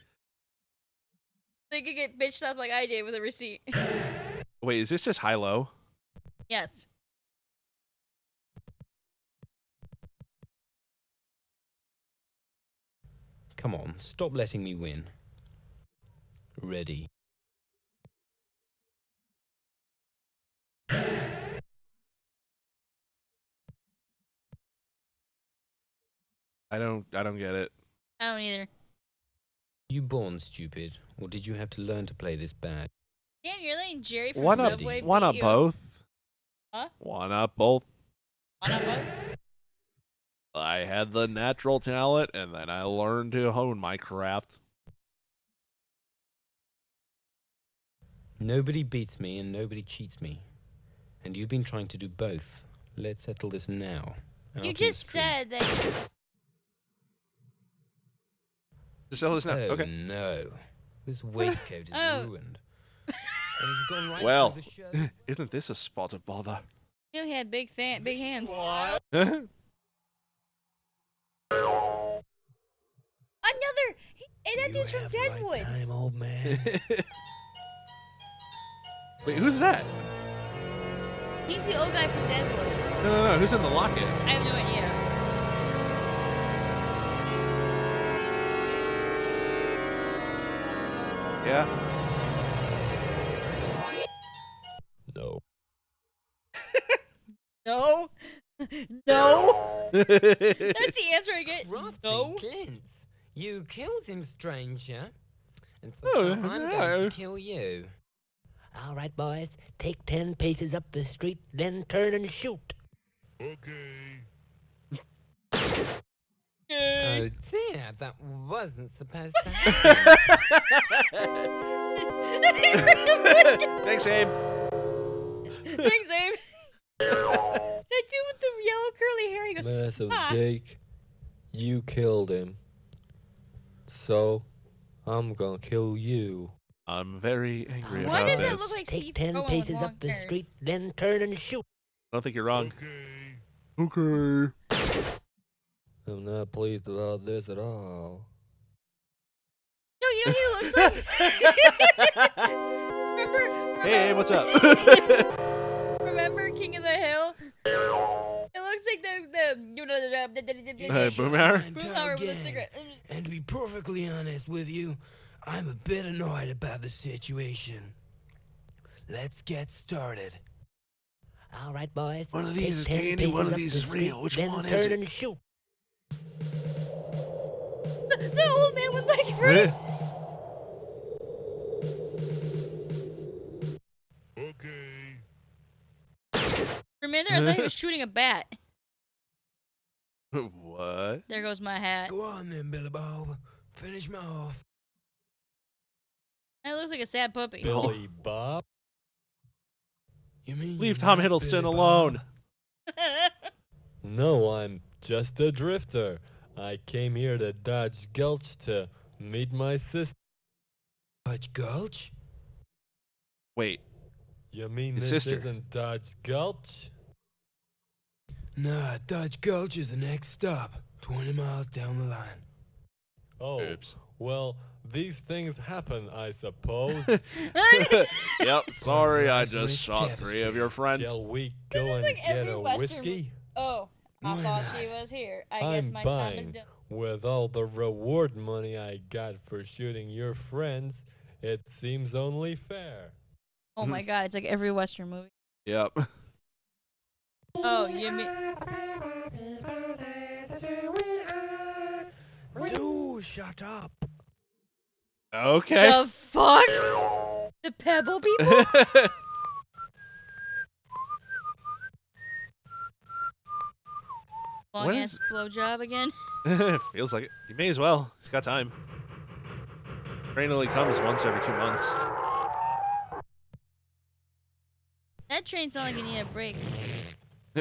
they could get bitched up like I did with a receipt. Wait, is this just high low? yes. Come on, stop letting me win. Ready. I don't. I don't get it. I don't either. You born stupid, or did you have to learn to play this bad? Damn, you're letting Jerry from Why not? Subway. Why beat not you. both? Huh? Why not both? Why not both? I had the natural talent, and then I learned to hone my craft. Nobody beats me and nobody cheats me. And you've been trying to do both. Let's settle this now. Out You in the just street. said that. Just tell us now. Oh, Okay. no. This waistcoat is Oh. ruined. And it's gone right through Well, the shirt. isn't this a spot of bother? You know, he had big, fan, big hands. Why Another. He, and that dude's from Deadwood. Time, old man. Wait, who's that? He's the old guy from Deadwood. No, no, no. Who's in the locket? I have no idea. Yeah. No. No. no. That's the answer I get. Robson No. Clint, you killed him, stranger. And so Oh, now I'm going no. to kill you. All right, boys. Take ten paces up the street, then turn and shoot. Oh dear, that wasn't supposed to happen. Thanks, Abe. Thanks, Abe. that dude with the yellow curly hair. He goes. Massive "Ah." Jake, you killed him. So, I'm gonna kill you. I'm very angry Why about does this. it look like Take Steve ten Irwin with paces long up the hair? street, then turn and shoot. I don't think you're wrong. Okay. I'm not pleased about this at all. No, you know who he looks like. remember, remember? Hey, what's up? Remember King of the Hill? It looks like the the you know the, the, the, the, the Hey, boom hour. I'm Boom Tom hour with a Gannon, cigarette. And to be perfectly honest with you, I'm a bit annoyed about the situation. Let's get started. All right, boys. One of these take is 10 candy, paces one of up these the is real. street, Which then one is turn it? and shoot. The, the old man with like fruit. For a minute there, I thought he was shooting a bat. what? There goes my hat. Go on then, Billy Bob. Finish me off. That looks like a sad puppy. Billy Bob? You mean Leave you Tom like Billy Hiddleston Bob? alone. No, I'm just a drifter. I came here to Dodge Gulch to meet my sister. Dutch Gulch? Wait. You mean His this sister. isn't Dodge Gulch? Nah, Dutch Gulch is the next stop, 20 miles down the line. Oh, Oops. well, these things happen, I suppose. Yep. Sorry, I Nice just wrist shot jab, three of your friends. Shall we This go is and like get every a Western whiskey? oh, I Why thought not? she was here. I guess I'm my time is buying done. with all the reward money I got for shooting your friends. It seems only fair. Oh my god, it's like every Western movie. Hmm. Yep. Oh, you mean Do shut up. Okay. the fuck? The pebble people? Long ass is- blowjob again. Feels like it. You may as well. He's got time. Rain only comes once every two months. That train sounds like it needed brakes. He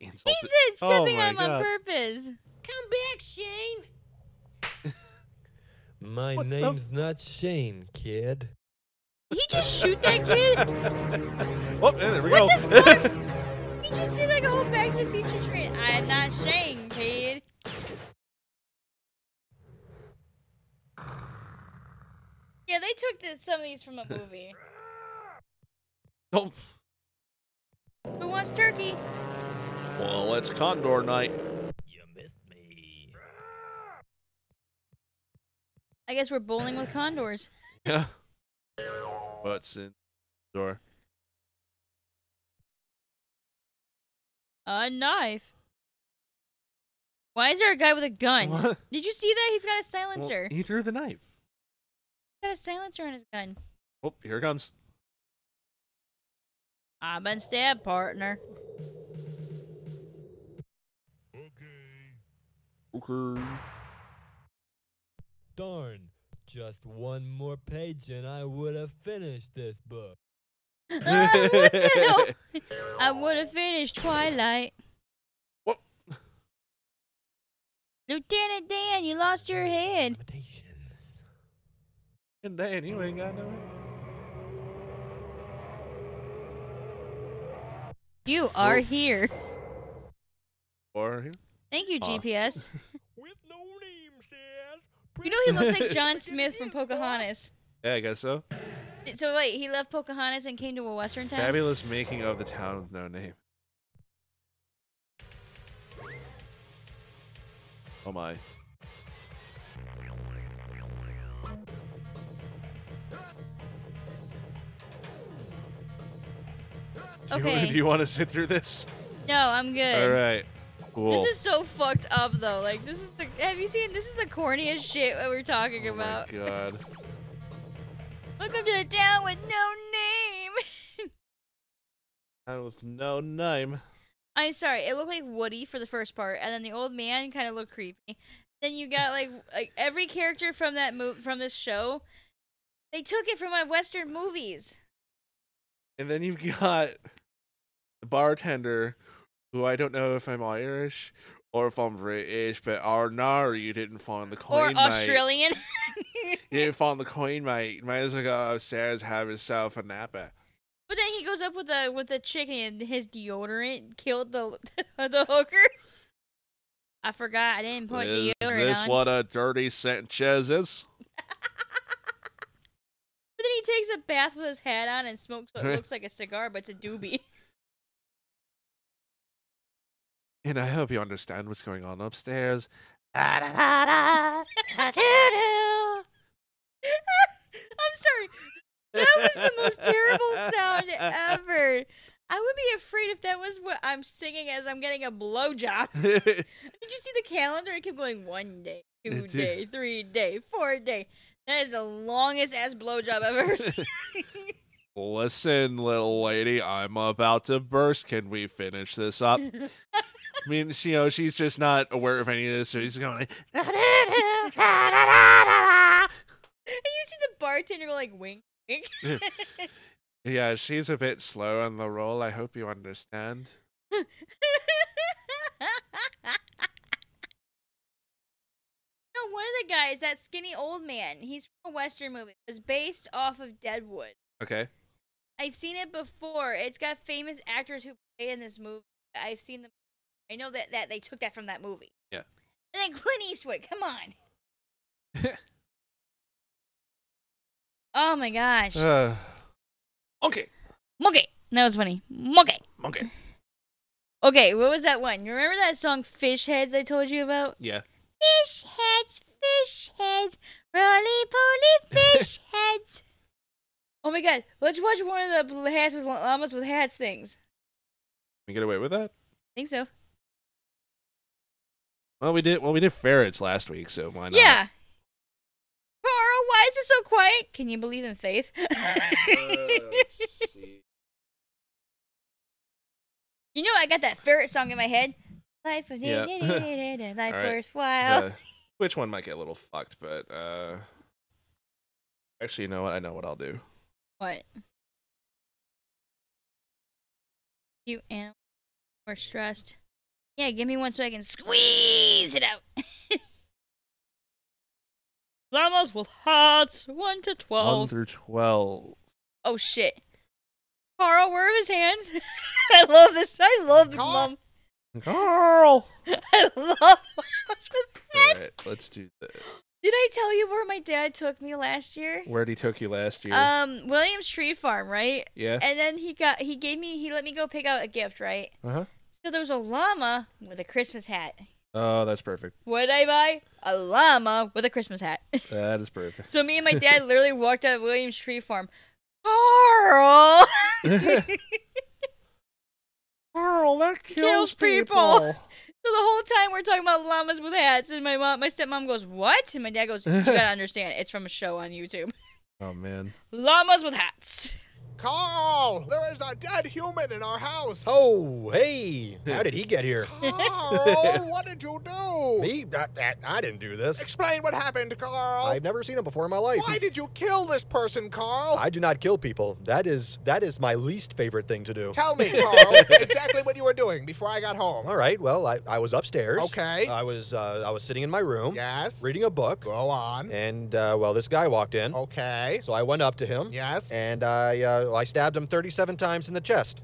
Insult said it. Oh stepping my on him on God. purpose. Come back, Shane. My What the name's not Shane, kid. He just shoot that kid? Oh, and there we What go. He just did like a whole backflip the future train. I'm not Shane, kid. Yeah, they took this, some of these from a movie. Oh, Who wants turkey? well, it's Condor Night. I guess we're bowling with condors. Yeah. What's in the door? A knife. Why is there a guy with a gun? What? Did you see that? He's got a Well, silencer. he drew the knife. He's got a silencer on his gun. Oh, here it comes. I've been stabbed, partner. Okay. Darn. Just one more page and I would have finished this book. Ah, what the hell? I would have finished Twilight. What? Lieutenant Dan, you lost your head. And Dan, you ain't got no. You are here. Or here. Thank you, Aw. GPS. you know he looks like John Smith from Pocahontas. Yeah, I guess so. So wait, he left Pocahontas and came to a Western town. Fabulous making of the town with no name. Oh my. Okay. Do you want to sit through this? No, I'm good. All right. Cool. This is so fucked up though. Like this is the have you seen this is the corniest shit that we're talking oh my about. god. Welcome to the town with no name. Town with no name. I'm sorry, it looked like Woody for the first part, and then the old man kind of looked creepy. Then you got like like every character from that move from this show, they took it from my Western movies. And then you've got the bartender, who I don't know if I'm Irish or if I'm British, but our nar you didn't find the coin, or mate. Australian. You didn't find the coin, mate. Might as well go upstairs have yourself a napper. but then he goes up with the with the chicken and his deodorant killed the the hooker. I forgot I didn't put Is deodorant this on. what a dirty Sanchez is? But then he takes a bath with his hat on and smokes what looks like a cigar, but it's a doobie. And I hope you understand what's going on upstairs. I'm sorry. That was the most terrible sound ever. I would be afraid if that was what I'm singing as I'm getting a blowjob. Did you see the calendar? It kept going one day, two Dude. day, three day, four day. That is the longest ass blowjob I've ever seen. Listen, little lady, I'm about to burst. Can we finish this up? I mean, she, you know, she's just not aware of any of this, so she's going like, And you see the bartender go like wink, wink. yeah, she's a bit slow on the roll. I hope you understand. No, one of the guys, that skinny old man, he's from a Western movie. It was based off of Deadwood. Okay. I've seen it before. It's got famous actors who played in this movie. I've seen them. I know that, that they took that from that movie. Yeah. And then Clint Eastwood, come on. oh my gosh. Uh, okay. Monkey. That was funny. Monkey. Monkey. Okay, what was that one? You remember that song Fish Heads I told you about? Yeah. Fish heads, fish heads, roly poly fish heads. Oh my god, let's watch one of the hats with llamas with hats things. We get away with that? think so. Well, we did. Well, we did ferrets last week, so why not? Yeah. Carl, why is it so quiet? Can you believe in faith? you know, I got that ferret song in my head. Life of Yeah. life All right. worth while. The- which one might get a little fucked, but uh, actually, you know what? I know what I'll do. What? You animal or stressed? Yeah, give me one so I can squeeze it out. Llamas with hearts, one to twelve. One through twelve. Oh shit. Carl, where are his hands? I love this. I love the mom. Carl. I love Lost with All Pets. right, let's do this. Did I tell you where my dad took me last year? Where'd he took you last year? Um, Williams Tree Farm, right? Yeah. And then he got he gave me he let me go pick out a gift, right? uh-huh. So there was a llama with a Christmas hat. Oh, that's perfect. What did I buy? A llama with a Christmas hat. That is perfect. so me and my dad literally walked out of Williams Tree Farm. Carl Carl, that kills people. So the whole time we're talking about llamas with hats, and my mom, my stepmom goes, "What?" And my dad goes, "You gotta understand, it's from a show on YouTube, Oh man. llamas with hats." Carl! There is a dead human in our house! Oh, hey! How did he get here? Carl, what did you do? Me? I, I, I didn't do this. Explain what happened, Carl. I've never seen him before in my life. Why did you kill this person, Carl? I do not kill people. That is that is my least favorite thing to do. Tell me, Carl, exactly what you were doing before I got home. All right. Well, I, I was upstairs. Okay. I was uh, I was sitting in my room. Yes. Reading a book. Go on. And uh, well, this guy walked in. Okay. So I went up to him. Yes. And I uh, I stabbed him 37 times in the chest.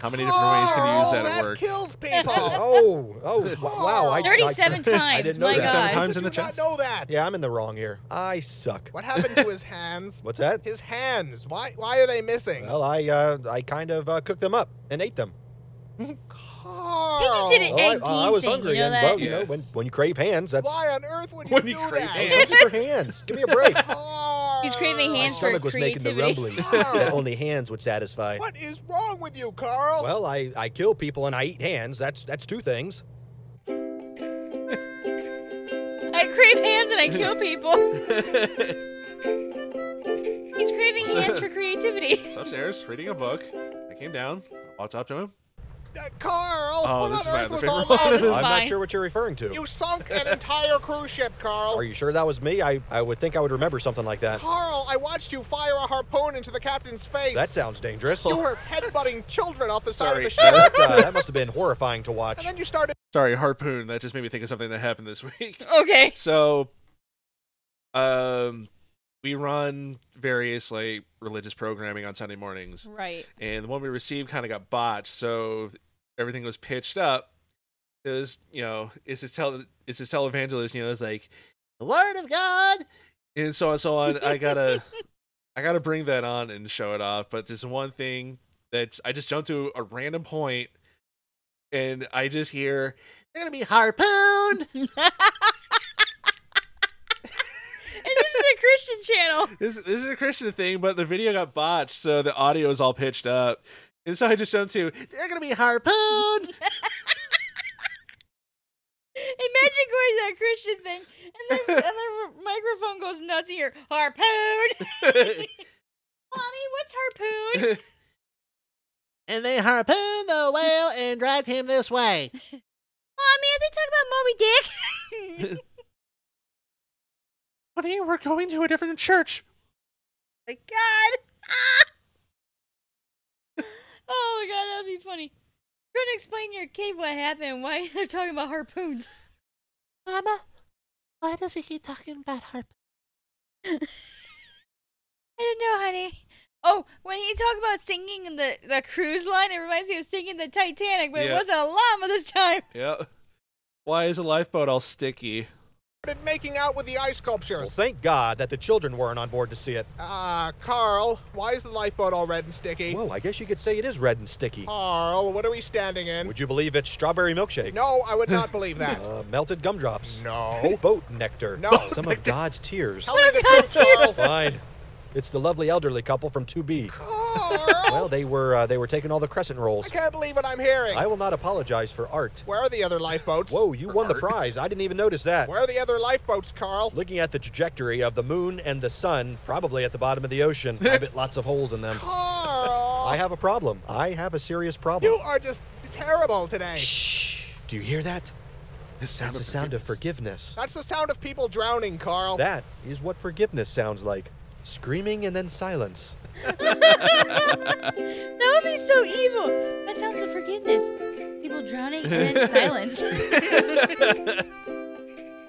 How many different ways can you use Carl, that at that work? kills people. oh, oh, w- wow! I, 37 I, I times, didn't know my God. that. 37 times in the chest? know that. Yeah, I'm in the wrong here. I suck. What happened to his hands? What's that? His hands. Why? Why are they missing? Well, I uh, I kind of uh, cooked them up and ate them. Carl. just did an Well, egg I, Oh, I game was thing, hungry, you know and that? well, you know, Yeah. when when you crave hands, that's Why on earth would you When do you crave that? I was hungry for hands. Give me a break. He's craving My hands for stomach was making the creativity. rumblings that only hands would satisfy. What is wrong with you, Carl? Well, I, I kill people and I eat hands. That's that's two things. I crave hands and I kill people. He's craving hands for creativity. It's upstairs reading a book. I came down, walked up to him. Uh, Carl, Oh, what this is on my earth other was favorite all one. that? This is I'm mine. not sure what you're referring to. You sunk an entire cruise ship, Carl. Are you sure that was me? I, I would think I would remember something like that. Carl, I watched you fire a harpoon into the captain's face. That sounds dangerous. You were headbutting children off the side of the Yeah, that, ship. uh, that must have been horrifying to watch. and then you started. Sorry, harpoon. That just made me think of something that happened this week. Okay. So, um, we run various like religious programming on Sunday mornings, Right. and the one we received kind of got botched. So everything was pitched up. It was, you know, it's this tele, it's this televangelist, you know, it's like the word of God, and so on, so on. I gotta, I gotta bring that on and show it off. But there's one thing that I just jumped to a random point, and I just hear they're gonna be harpooned. And this is a Christian channel. this this is a Christian thing, but the video got botched, so the audio is all pitched up. And so I just jumped to, they're gonna be harpooned. Imagine going to that Christian thing and the, and the microphone goes nuts and you're harpoon. Mommy, what's harpoon? and they harpooned the whale and dragged him this way. Mommy, are they talking about Moby Dick? Honey, we're going to a different church. my God. oh my God, that would be funny. Trying to explain to your kid what happened and why they're talking about harpoons. Mama, why does he keep talking about harp? I don't know, honey. Oh, when he talked about singing the, the cruise line, it reminds me of singing the Titanic, but it Yeah. wasn't a llama this time. Yep. Why is a lifeboat all sticky? started making out with the ice Well, sculptures. thank God that the children weren't on board to see it. Ah, Carl, why is the lifeboat all red and sticky? Whoa, I guess you could say it is red and sticky. Carl, what are we standing in? Would you believe it's strawberry milkshake? No, I would not believe that. Uh, melted gumdrops. No. Boat nectar. No. Some of God's tears. Tell me the truth, Carl. Fine. It's the lovely elderly couple from 2B. Well, they were uh, they were taking all the crescent I rolls. can't believe what I'm hearing. I will not apologize for art. Where are the other lifeboats? Whoa, you won the prize. I didn't even notice that. Where are the other lifeboats, Carl? Looking at the trajectory of the moon and the sun, probably at the bottom of the ocean, I bet lots of holes in them. Carl, I have a problem. I have a serious problem. you are just terrible today. Shh. Do you hear that? That's the sound of forgiveness. That's the sound of people drowning, Carl. That is what forgiveness sounds like. Screaming and then silence. That would be so evil. That sounds of forgiveness. People drowning and then silence.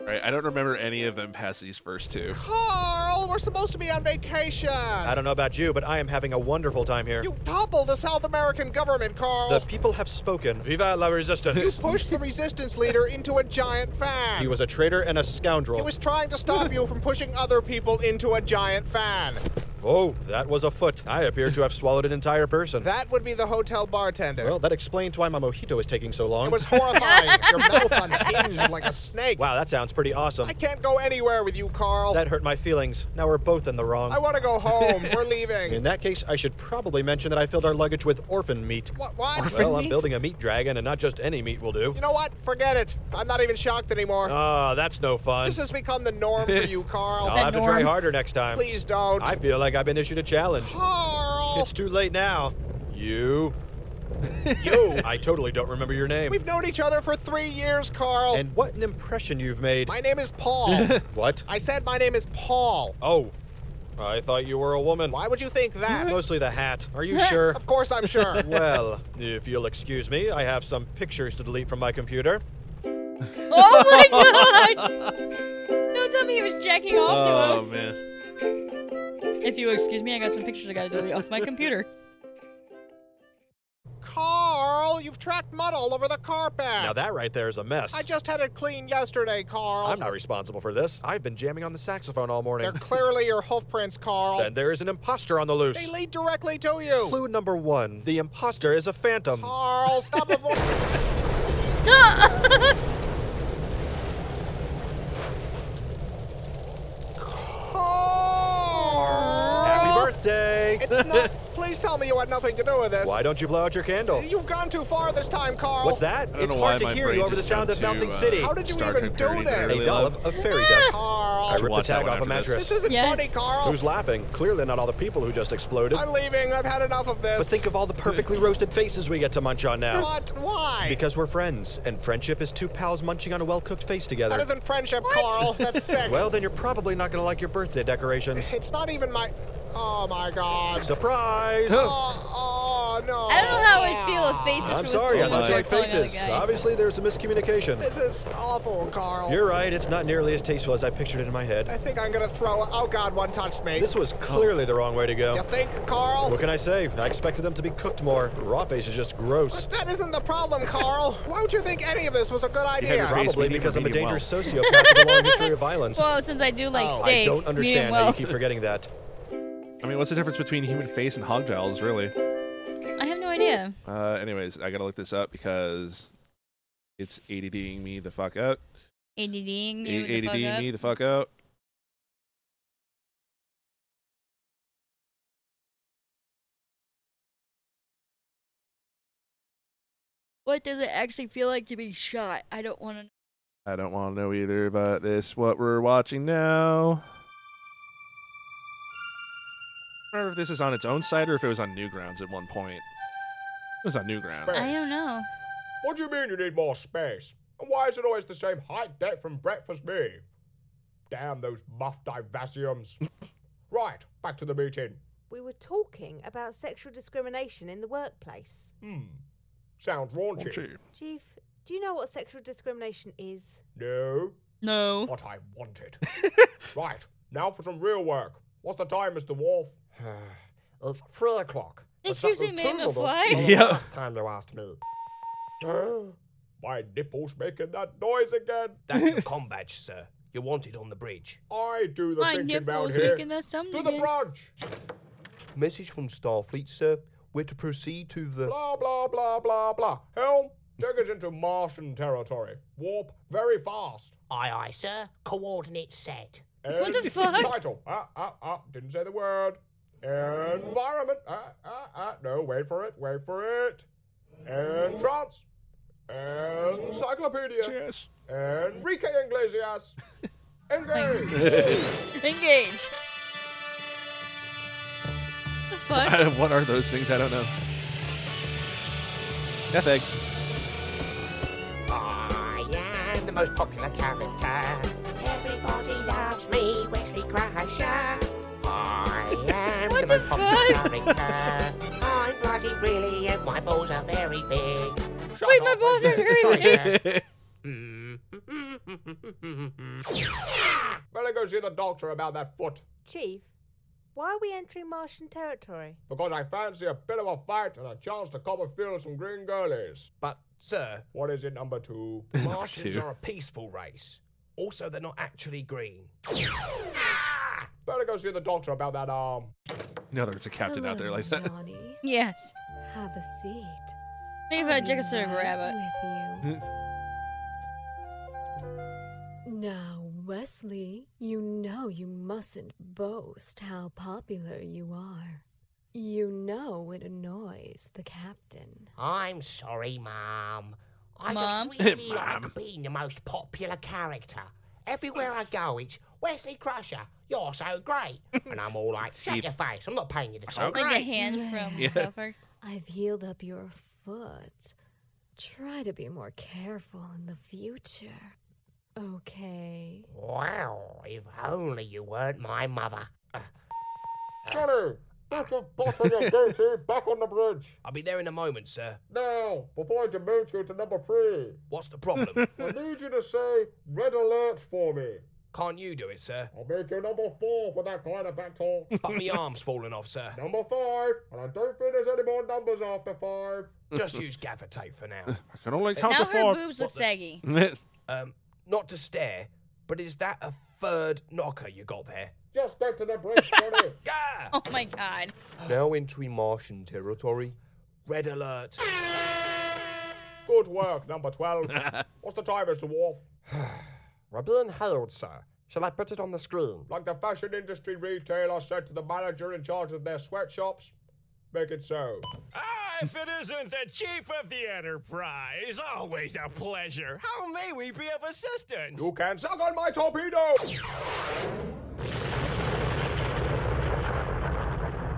Right, I don't remember any of them past these first two. Carl, We're supposed to be on vacation. I don't know about you, but I am having a wonderful time here. You toppled a South American government, Carl. the people have spoken. Viva la you resistance! pushed the resistance leader into a giant fan. he was a traitor and a scoundrel. He was trying to stop you from pushing other people into a giant fan. Oh, that was a foot. I appear to have swallowed an entire person. That would be the hotel bartender. Well, that explains why my mojito is taking so long. it was horrifying. Your mouth unhinged like a snake. wow, that sounds pretty awesome. I can't go anywhere with you, Carl. That hurt my feelings. Now we're both in the wrong. I want to go home. We're leaving. In that case, I should probably mention that I filled our luggage with orphan meat. What? what? well, I'm building a meat dragon, and not just any meat will do. You know what? Forget it. I'm not even shocked anymore. Ah, that's no fun. this has become the norm for you, Carl. I'll have to try harder next time. Please don't. I feel like I've been issued a challenge. Carl! It's too late now. You. you. I totally don't remember your name. We've known each other for three years, Carl. and what an impression you've made. my name is Paul. What? I said my name is Paul. Oh, I thought you were a woman. Why would you think that? Mostly the hat. Are you sure? Of course I'm sure. Well, if you'll excuse me, I have some pictures to delete from my computer. Oh my god! Don't tell me he was jacking Uh. off Oh man. to him. If you excuse me, I got some pictures I gotta delete off my computer. Carl, you've tracked mud all over the carpet. Now that right there is a mess. I just had it cleaned yesterday, Carl. I'm not responsible for this. I've been jamming on the saxophone all morning. They're clearly your hoof prints, Carl. Then there is an imposter on the loose. They lead directly to you. Clue number one: the imposter is a phantom. Carl, stop avoiding. Happy birthday! It's not. Please tell me you had nothing to do with this. Why don't you blow out your candle? You've gone too far this time, Carl. What's that? don't It's know hard why to my hear brain you over the just sound jumped of melting to, uh, city. How did you Star even Trek do parodies I this? a really dollop of fairy dust. I Carl, ripped the watch that tag one off a after this. mattress. this isn't Yes. funny, Carl. Who's laughing? Clearly not all the people who just exploded. I'm leaving. I've had enough of this. But think of all the perfectly roasted faces we get to munch on now. what? Why? Because we're friends, and friendship is two pals munching on a well cooked face together. that isn't friendship, Carl. That's sick. Well, then you're probably not gonna like your birthday decorations. it's not even my. Oh my God. Surprise! Oh, oh no. I don't know how I feel with faces. I'm from sorry, I Napoleon thought you or liked calling another faces. guy. Obviously, there's a miscommunication. This is awful, Carl. You're right, it's not nearly as tasteful as I pictured it in my I head. think I'm gonna throw. Oh God, one touched me. This was clearly the wrong way to You go. think, Carl? What can I say? I expected them to be cooked more. Raw face is just gross. That isn't the problem, Carl. Why would you think any of this was a good had idea? your face Probably medium because or I'm a medium well. dangerous sociopath with a long history of violence. Well, since I do like Oh, I steak, I don't medium understand how you well. keep forgetting that. I mean, what's the difference between human face and hog jowls, really? I have no idea. Uh, anyways, I gotta look this up because it's ADDing me the fuck out. ADDing me with the fuck ADDing up. me the fuck out. What does it actually feel like to be shot? I don't want to. I don't want to know either about this. What we're watching now. I don't remember if this is on its own site or if it was on Newgrounds at one point. It was on Newgrounds. I don't know. What do you mean you need more space? And why is it always the same height deck from Breakfast Me? Damn those muff divasiums. right, back to the meeting. We were talking about sexual discrimination in the workplace. Hmm. Sounds raunchy. Chief, do you know what sexual discrimination is? No, No. what I wanted. right, now for some real work. What's the time, Mr. Wolf? it's three o'clock. They seriously made him a fly? Yeah. Last time you asked me. My nipples making that noise again. That's your com badge, sir. You're wanted on the bridge. I do the My thinking down nipples here. making that sound To the again. branch. Message from Starfleet, sir. We're to proceed to the. Blah blah blah blah blah. Helm, take us into Martian territory. Warp very fast. Aye, aye, sir. Coordinates set. What the And fuck? Title. Ah ah ah. Didn't say the word. Environment. Ah ah ah. No, wait for it. Wait for it. Entrance. Encyclopedia. Yes. Enrique Iglesias. Engage. Engage. The fuck? what are those things? I don't know. Death egg. I am the most popular character. Everybody loves me, Wesley Crusher. I am the most popular character. I'm bloody really, and my balls are very big. Wait, my balls are very big. Very good. go see the doctor about that foot. Chief, why are we entering Martian territory? Because I fancy a bit of a fight and a chance to cop a feel of some green girlies. But, sir. What is it, number two? Martians are a peaceful race. Also, they're not actually green. Better go see the doctor about that um, arm. You know there's a captain out there like that. Yes. Have a seat. Maybe if I check a sort of rabbit. With you. now, Wesley, you know you mustn't boast how popular you are. You know it annoys the captain. I'm sorry, Mom. I Mom? just really like being the most popular character. Everywhere I go, it's Wesley Crusher. You're so great, and I'm all like, shut your face. I'm not paying you to Like talk. the hand from Yeah. South Park. I've healed up your foot. Try to be more careful in the future. Okay. Wow, if only you weren't my mother. Uh, Johnny, get your butt and your goatee back on the bridge. I'll be there in a moment, sir. Now, before I demote you to number three. What's the problem? I need you to say red alert for me. Can't you do it, sir? I'll make you number four for that kind of back talk. But my arm's fallen off, sir. Number five, and I don't think there's any more numbers after five. Just use gaffer tape for now. I can only count Now to her four. boobs look saggy. Um, not to stare, but is that a third knocker you got there? Just go to the bridge, Johnny. Oh my god. Now entering Martian territory. Red alert. Good work, number 12. What's the time, Mr. Wolf? Rebellion hailed, sir. Shall I put it on the screen? Like the fashion industry retailer said to the manager in charge of their sweatshops, make it so. If it isn't the chief of the Enterprise, always a pleasure. How may we be of assistance? You can suck on my torpedo!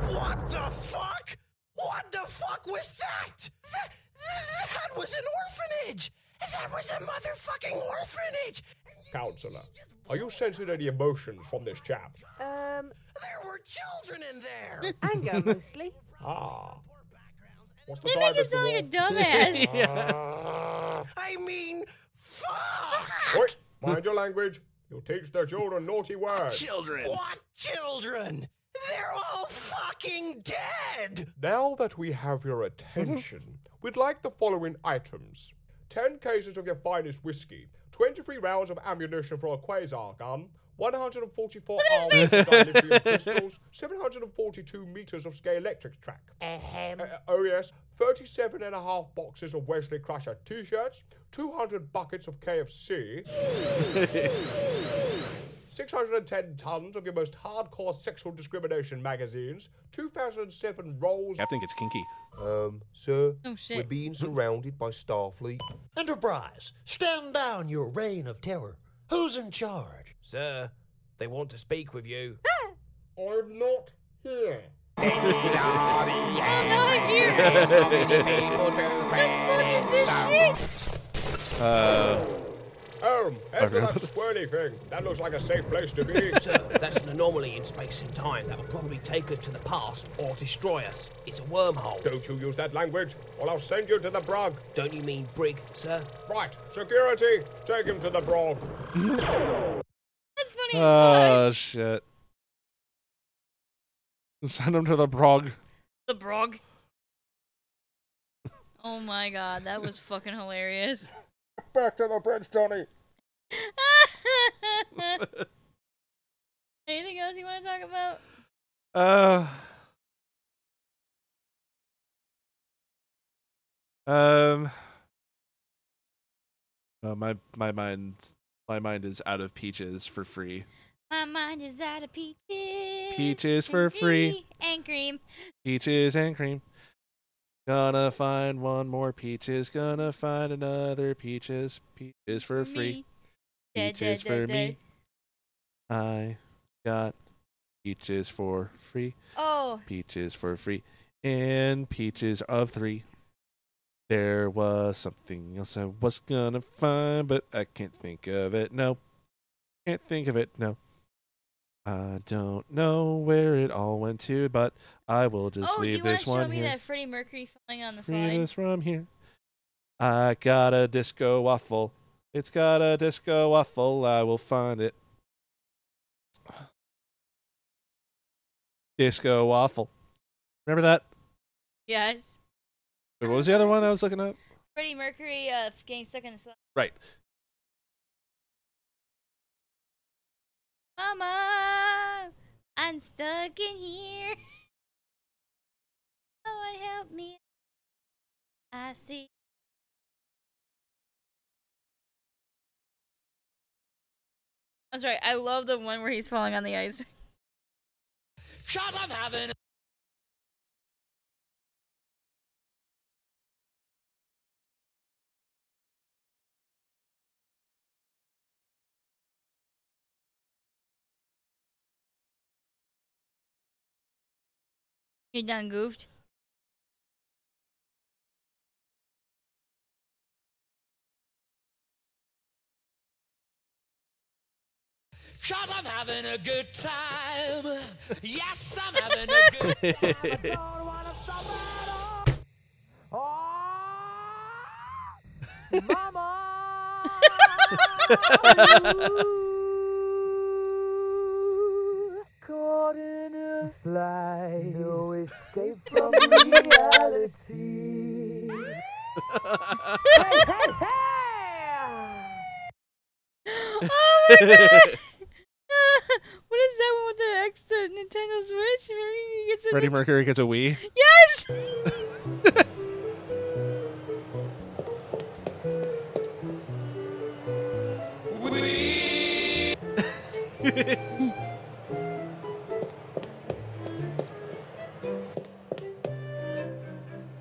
What the fuck? What the fuck was that? That, that was an orphanage! That was a motherfucking orphanage! Counselor, are you sensing any emotions from this chap? Um, There were children in there! anger mostly. Ah. What's the They time, make him Mr. sound like a Wolf? dumbass. Ah. I mean, fuck! Wait, mind your language. You teach the children naughty words. What children? They're all fucking dead! Now that we have your attention, we'd like the following items 10 cases of your finest whiskey, 23 rounds of ammunition for a quasar gun, 144 his arms of dilithium crystals, 742 meters of scale electric track. Ahem. Uh, oh, yes, 37 and a half boxes of Wesley Crusher t shirts, 200 buckets of KFC, 610 tons of your most hardcore sexual discrimination magazines, 2007 rolls Captain gets kinky. Um, sir, Oh, shit. we're being surrounded by Starfleet. Enterprise, stand down your reign of terror. Who's in charge? Sir, they want to speak with you. I'm not here. Uh, Um, Okay. enter that swirly thing. That looks like a safe place to be. Sir, that's an anomaly in space and time that will probably take us to the past or destroy us. It's a wormhole. Don't you use that language, or I'll send you to the brog. Don't you mean brig, sir? Right, security, take him to the brog. That's funny as fuck. oh shit. Send him to the brog. The brog. Oh my god, that was fucking hilarious. Back to the bridge, Johnny. Anything else you want to talk about? Uh. Um. uh, my my mind my mind is out of peaches for free. My mind is out of peaches. Peaches and for free. And cream. Peaches and cream. Gonna find one more peaches. Gonna find another peaches. Peaches for free. Me. Da, da, Peaches da, for da. me. I got peaches for free. Oh. Peaches for free. And peaches of three. There was something else I was gonna find, but I can't think of it. No. Can't think of it. No. I don't know where it all went to, but I will just oh, do leave you want this to show one me here. that Freddie Mercury falling on the Free slide? this from here. I got a disco waffle. It's got a disco waffle. I will find it. Disco Waffle. Remember that? Yes. Wait, What was the other one I was looking up? Freddie Mercury uh, getting stuck in a slide. Right. Mama, I'm stuck in here. Someone help me. I see. I'm sorry. I love the one where he's falling on the ice. Shut up, having. You done goofed. Shut up, having a good time. Yes, I'm having a good time. Caught in a fly, no escape from reality. hey, hey, hey! Oh my god! what is that one with the X, the Nintendo Switch? Remember he gets a Freddie Nint- Mercury gets a Wii. Yes!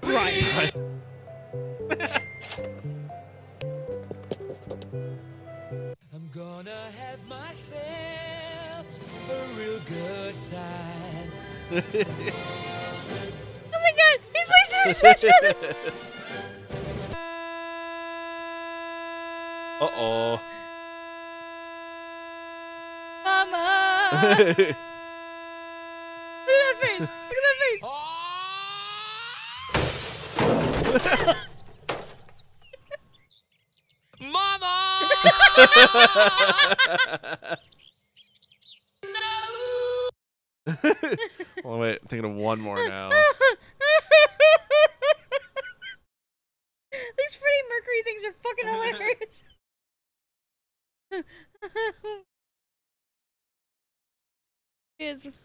Right. I'm gonna have myself a real good time. Oh my god! He's playing Super Smash Brothers! Uh oh. Mama! Look at that face! Look at that face! Mama! oh wait, I'm thinking of one more now. At least Freddie Mercury things are fucking hilarious. Is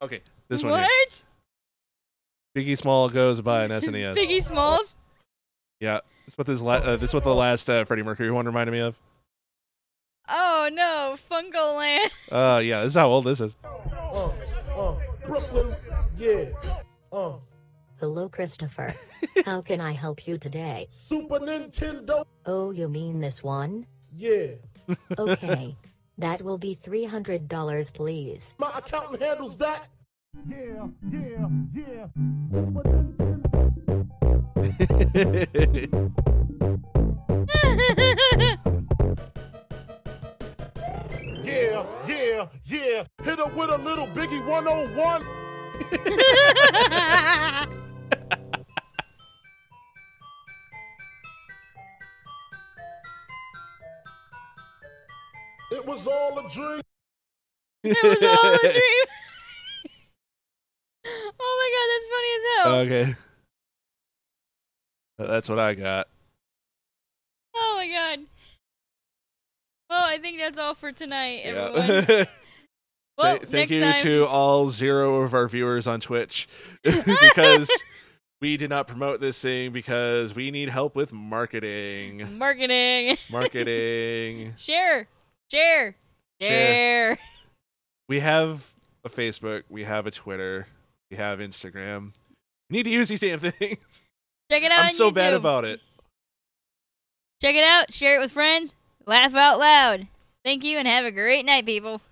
Okay, this one. What? here. Biggie Small goes by an SNES. Biggie Smalls? Yeah, that's what this la- uh, this what the last uh, Freddie Mercury one reminded me of. Oh no, Fungo Land. Uh, yeah, this is how old this is. Uh, uh, Brooklyn, yeah. Uh, Hello, Christopher. How can I help you today? Super Nintendo, Oh, you mean this one? yeah. Okay. that will be $300, please. My accountant handles that. Yeah, yeah, yeah. Super Yeah, yeah, yeah. Hit her with a little Biggie 101. it was all a dream. It was all a dream. oh my god, that's funny as hell. okay. Uh, That's what I got. Oh my god. Well, Oh, I think that's all for tonight, everyone. Yeah. Well, Th- next thank you time- to all zero of our viewers on Twitch because we did not promote this thing because we need help with marketing. Marketing. Marketing. Share. Share. Share. Share. we have a Facebook, we have a Twitter, we have Instagram. We need to use these damn things. Check it out I'm on so YouTube. bad about it. Check it out. Share it with friends. Laugh out loud. Thank you and have a great night, people.